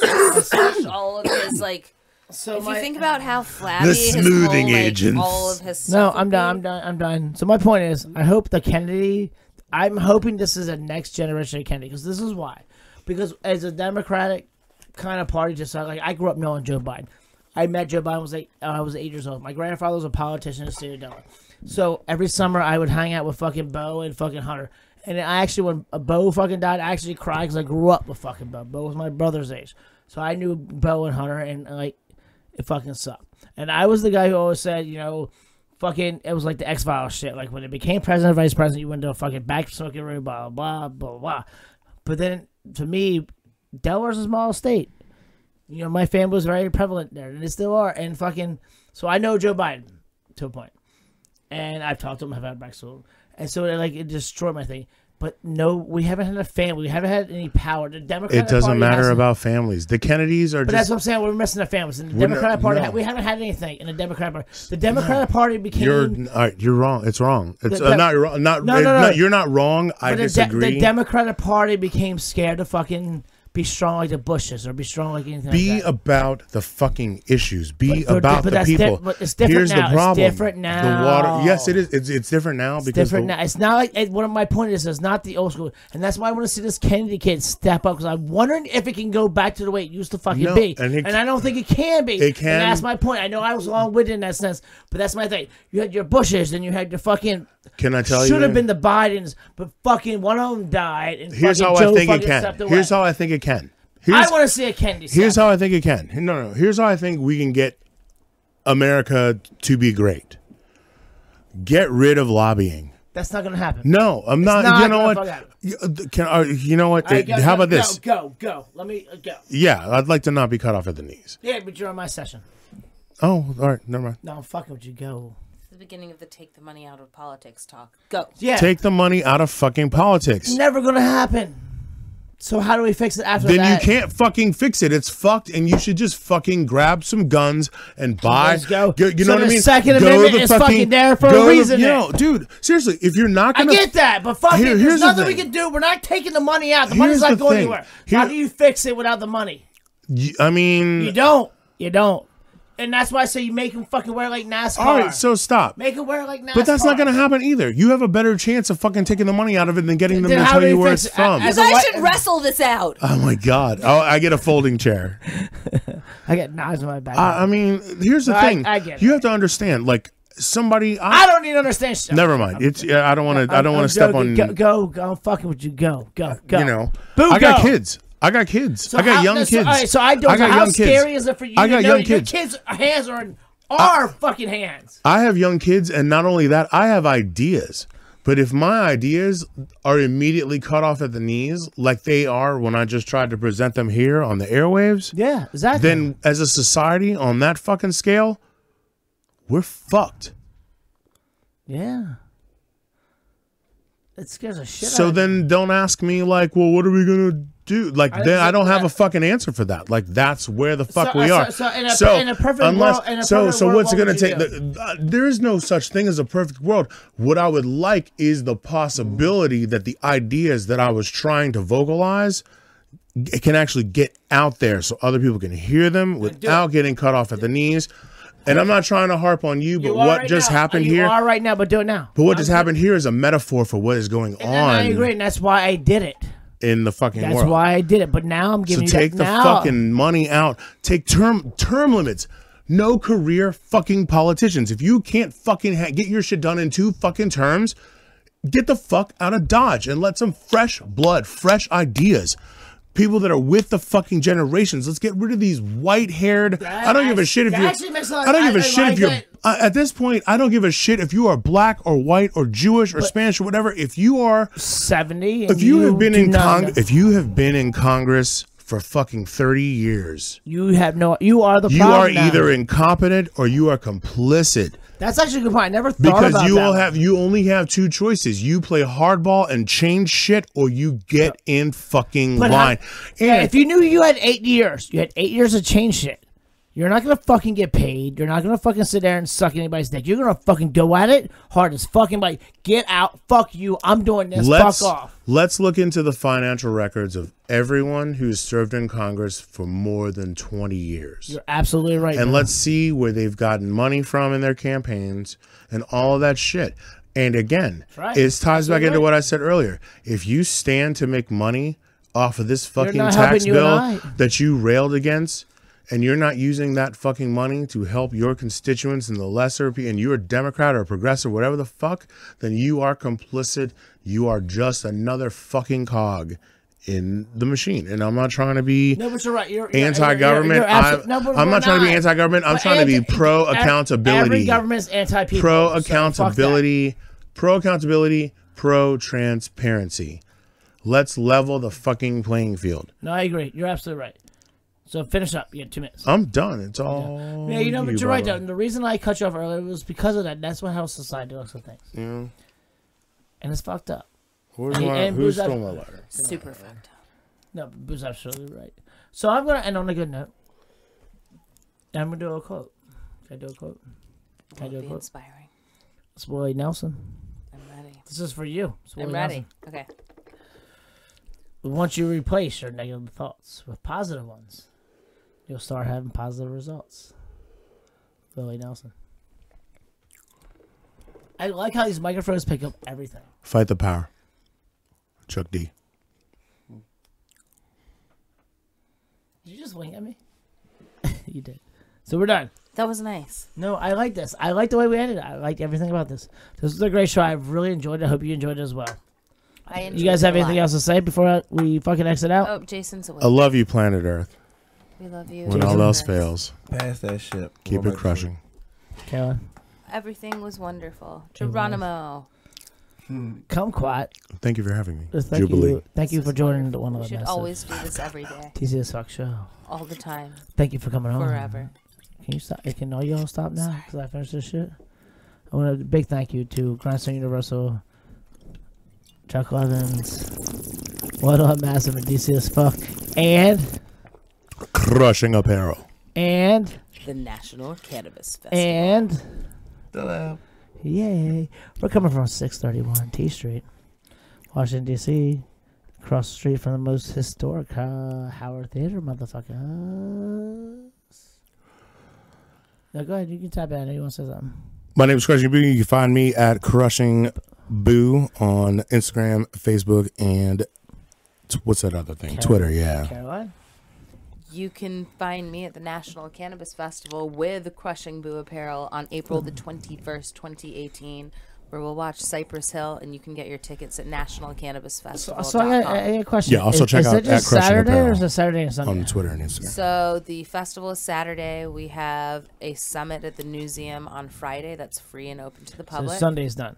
to squish all of his like.
So
If
my-
you think about how flabby his whole,
smoothing
like,
agents.
all of his
no,
stuff
I'm
would
done.
be.
I'm done. I'm done. So my point is, I hope the Kennedy. I'm hoping this is a next generation of Kennedy because this is why. Because as a Democratic kind of party, just like I grew up knowing Joe Biden. I met Joe Biden was eight, uh, I was eight years old. My grandfather was a politician in the state of Delaware. So every summer I would hang out with fucking Bo and fucking Hunter. And I actually, when uh, Bo fucking died, I actually cried because I grew up with fucking Bo. Bo was my brother's age, so I knew Bo and Hunter, and like it fucking sucked. And I was the guy who always said, you know, fucking, it was like the X Files shit. Like when it became president, vice president, you went to a fucking back smoking room, blah, blah, blah, blah. But then to me, Delaware's a small state. You know, my family was very prevalent there, and they still are. And fucking, so I know Joe Biden to a point. And I've talked to him, I've had back to him. And so it, like, it destroyed my thing. But no, we haven't had a family. We haven't had any power. The Democratic
It doesn't
Party
matter
hasn't-
about families. The Kennedys are
But that's
just
what I'm saying. We're missing the families. And the
We're not-
Democratic Party,
no.
we haven't had anything in the Democratic Party. The Democratic Party became
you're all right, you're wrong. It's wrong. It's
The-
uh, not wrong. Not,
No, no,
uh,
no.
you're not wrong.
But
I
the, de-
disagree.
the Democratic Party became scared to fucking be strong like the Bushes or be strong like anything.
be uh,
like that.
about the fucking issues. Be
But- but-
about
but
the
that's di-
people.
but it's different
Here's
now.
the
It's
problem.
different
The water.
now.
Yes, it is. It's, it's different now because
different
the,
now. It's not like it, one of my point is it's not the old school, and that's why I want to see this Kennedy kid step up because I'm wondering if it can go back to the way it used to fucking
No,
be,
and
and,
it-
I don't think it can be.
It can-
And that's my point. I know I was long winded in that sense, but that's my thing. You had your Bushes, then you had your fucking.
Can I tell you?
Should have been the Bidens, but fucking one of them died. And
Here's
fucking
how
Joe
I think it
fucking
can.
stepped away.
Here's how I think it can. Here's
I want to see a Kennedy.
here's
step
how I think it can. No, no. Here's how I think we can get America to be great. Get rid of lobbying.
That's not gonna happen.
No, I'm not.
not
you know
gonna
what?
fuck happen.
You, uh, th- can uh, you know what?
All right,
Uh, how about
go,
this?
Go, go, go. Let me uh, go.
Yeah, I'd like to not be cut off at the knees.
Yeah, but you're on my session.
Oh, all right, never mind.
No, I'm fucking with you. Go.
It's the beginning of the take the money out of politics talk. Go.
Yeah,
Take the money out of fucking politics.
it's never gonna happen. So how do we fix it after
Then
that?
you can't fucking fix it. It's fucked, and you should just fucking grab some guns and buy.
Let's go.
Go- you
So
know what I
the
mean?
Second
Go
Amendment
to the
is fucking there for a
go to the-
reason
you
there.
know, dude. Seriously, if you're not
I
gonna,
get that, but fuck
Here-
it.
here's
There's
the
nothing we
thing.
can do. We're not taking the money out. The money's
Here's
not
the
going
thing.
anywhere.
Here-
how do you fix it without the money?
you- I mean,
You don't. You don't. And that's why I say you make him fucking wear like NASCAR.
all right, so stop.
make him wear like NASCAR.
But that's not gonna happen either. You have a better chance of fucking taking the money out of it than getting them
Then
to
how
tell
do
you
you
where
fix
it's
it? I-
from.
as
You
So
guys
what-
should wrestle this out.
oh my god. Oh, I get a folding chair.
I got knives in my back.
I, I mean, here's the
I-
thing.
I get
you
it.
have to understand, like somebody.
I don't need to understand shit.
Never mind. It's yeah, I don't want to. I don't
I'm
want to step
joking.
on.
Go, go, go. I'm fucking with you. Go, go, go.
You know,
Boo,
I got
go.
kids. I got kids.
So
I got
how-
young
that's-
kids.
all right, so I don't.
I got
how
young kids.
scary is it for you?
I
to
got
know
young
that
kids.
Your kids' hands are in our fucking hands.
I have young kids, and not only that, I have ideas. But if my ideas are immediately cut off at the knees, like they are when I just tried to present them here on the airwaves,
Yeah, exactly.
then as a society on that fucking scale, we're fucked.
yeah, it scares a shit. out
So
of
then don't ask me like, well, what are we gonna do? Like then I don't have a fucking answer for that. Like that's where the fuck
So- uh,
we
so-
are.
so in a- in a perfect world- in a
so
perfect
so
world,
what's
what
it gonna
would you
take? The- uh, there is no such thing as a perfect world. What I would like is the possibility that the ideas that I was trying to vocalize g- can actually get out there so other people can hear them without getting cut off at the knees. And I'm not trying to harp on you, but
you. You are
what
right
just
now.
happened
you
here?
are right now, but do it now.
but what just happened here is a metaphor for what is going
And
on
I agree, and that's why I did it.
in the fucking
That's
world.
why I did it. But now I'm
so
giving you
take
that.
the
now,
fucking money out. Take term term limits. No career fucking politicians. If you can't fucking ha- get your shit done in two fucking terms, get the fuck out of Dodge and let some fresh blood, fresh ideas. People that are with the fucking generations. Let's get rid of these white-haired. I don't give a shit if
that
you're.
actually makes a lot-
I don't
I-
give a
I
shit if
like
you're.
that.
I- at this point, I don't give a shit if you are black or white or Jewish or Spanish or whatever. If you are
seventy. And
if you, have been
do
in
not know-
Cong- if you have been in Congress for fucking 30 years,
you have no. You are the.
you
problem
are
now.
either incompetent or you are complicit
That's actually a good point. I never thought
because
about
you
that.
all have you only have two choices. You play hardball and change shit or you get in fucking
But how-
line.
Yeah,
and
if you knew you had eight years, you had eight years to change shit. You're not gonna fucking get paid. You're not gonna fucking sit there and suck anybody's dick. You're gonna fucking go at it hard as fucking like get out. Fuck you. I'm doing this.
let's
fuck off.
let's look into the financial records of everyone who's served in Congress for more than 20 years.
You're absolutely right.
and
man.
let's see where they've gotten money from in their campaigns and all of that shit. And again,
right.
it ties back
You're
into
right.
what I said earlier. If you stand to make money off of this fucking
not
tax
helping you and
bill
I.
that you railed against, and you're not using that fucking money to help your constituents and the lesser, pe- and you're a Democrat or a progressive, whatever the fuck, then you are complicit. You are just another fucking cog in the machine. And I'm not trying to be
no, but you're right. You're, you're-
anti-government.
you're- you're absolute-
I'm,
no, but
I'm
we're
not trying to be anti-government. I'm
But
trying to be
anti-
pro
ev- Every
accountability,
government's anti-people.
pro
so fuck that.
accountability, pro accountability, pro transparency. Let's level the fucking playing field.
No, I agree. You're absolutely right. So finish up. You have two minutes.
I'm done. It's all.
Yeah, you know, but you're right though.
brother.
And the reason I cut you off earlier was because of that. That's what how society looks at things. Yeah. And it's fucked up.
Who's,
And-
my,
and
who's
Buzak-
stole my lighter?
Super fucked up.
No, Boo's absolutely right. So I'm gonna end on a good note. And I'm gonna do a quote. Can I do a quote? Can I do
It'll
a
be
quote?
inspiring.
It's Willie Nelson.
I'm ready.
This is for you. It's
I'm
Willie
ready. Okay.
Nelson. Once you replace your negative thoughts with positive ones, you'll start having positive results. Willie Nelson. I like how these microphones pick up everything.
Fight the power. Chuck D.
Did you just wink at me? you did. So we're done.
That was nice.
No, I like this. I like the way we ended it. I liked everything about this. This was a great show. I really enjoyed it. I hope you enjoyed it as well.
I
You guys have
enjoyed
anything
it a lot.
else to say before I- we fucking exit out?
Oh, Jason's away.
I love you, planet Earth.
we love you.
When all else fails,
Pass that shit.
keep it crushing.
Carolyn.
Everything was wonderful. Geronimo.
Come quiet.
Thank you for having me.
Thank
Jubilee.
you. Thank you for joining the one
We
of
should
us.
always do this every day,
TCS Fuck Show.
all the time,
Thank you for coming on.
forever.
Can you stop? Can all y'all stop now? Because I finished this shit. I want a big thank you to Grindstone Universal, Chuck Levins, What Up Massive, and DCS Fuck, and
Crushing apparel.
and
The National Cannabis Festival.
and. Yay. We're coming from 631 T Street, Washington, D.C., across the street from the most historic uh, Howard Theater, motherfuckers. No, go ahead. You can tap in. You want to say something?
My name is Crushing Boo. You can find me at Crushing Boo on Instagram, Facebook, and t- what's that other thing?
Carol-
Twitter, yeah.
Caroline?
You can find me at the National Cannabis Festival with Crushing Boo Apparel on April the 21st, 2018, where we'll watch Cypress Hill, and you can get your tickets at
So, so I, got, I
nationalcannabisfestival.com.
got a question.
Yeah, also
Is-
check
is
out
it just
at Crushing
Saturday or
Apparel
is it Saturday and Sunday?
On Twitter and Instagram.
So the festival is Saturday. We have a summit at the museum on Friday that's free and open to the
So
public.
Sunday's done.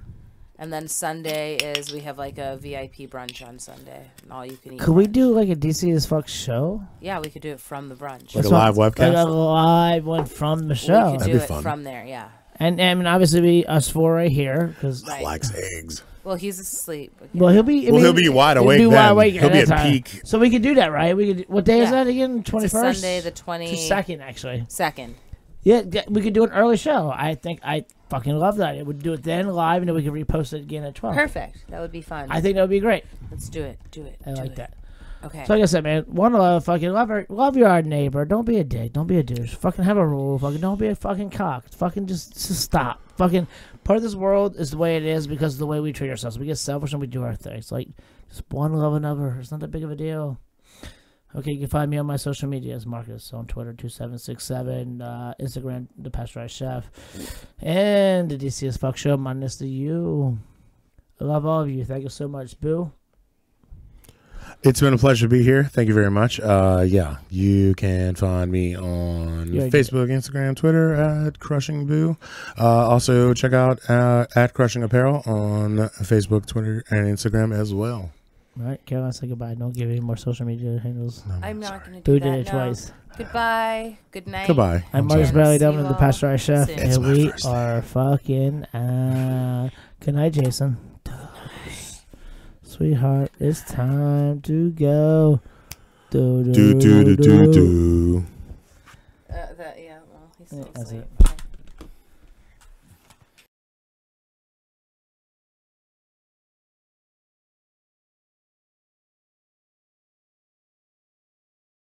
and then Sunday is we have like a VIP brunch on Sunday, and all you can eat.
Could we
brunch.
do like a DC as fuck show?
Yeah, we could do it from the brunch.
Like a
So-
live
Like a
webcast?
live one from the
We
show.
could
That'd
do
be
it
fun.
from there. Yeah.
And, and I mean, obviously, we, us four right here. Because
Right.
Likes eggs.
Well, he's asleep.
Well, he'll be. I
Well,
mean,
he'll be wide awake
He'll be wide
then.
awake
He'll be
that
at
time.
peak.
So we could do that, right? We could. What day is
Yeah.
that again? Twenty
It's a
first.
Sunday the twenty
second, actually.
second.
Yeah, yeah, we could do an early show. I think I fucking love that. It would do it then live, and then we could repost it again at twelve.
Perfect. That would be fun.
I think that would be great.
Let's do it. Do it.
I
do
like
it.
that.
Okay.
So like I said, man, one love, fucking love her, love your neighbor. Don't be a dick. Don't be a douche. Fucking have a rule. Fucking don't be a fucking cock. Fucking just, just stop. Fucking part of this world is the way it is because of the way we treat ourselves. We get selfish and we do our things. Like just one love another. It's not that big of a deal. Okay, you can find me on my social medias, Marcus on Twitter two seven six seven, uh, Instagram the Pasteurized Chef, and the DCS Fuck Show minus the U. I love all of you. Thank you so much, Boo.
It's been a pleasure to be here. Thank you very much. Uh, yeah, you can find me on
Yeah, I did.
Facebook, Instagram, Twitter at Crushing Boo. Uh, also, check out uh, at Crushing Apparel on Facebook, Twitter, and Instagram as well.
All right, Caroline, say goodbye. Don't give any more social media handles.
I'm not going to do
Boo
that.
did it
now.
twice.
Goodbye. Good night.
Goodbye.
I'm
sorry.
Marcus Bradley Dublin, the
Steve-O.
Pasteurized Chef,
It's
and
my
we
first
are fucking. Uh, good night, Jason. Sweetheart, it's time to go. Do
Do do do do do.
Uh, that, yeah. Well, he's
Yeah,
still
that's
asleep.
it.
Okay.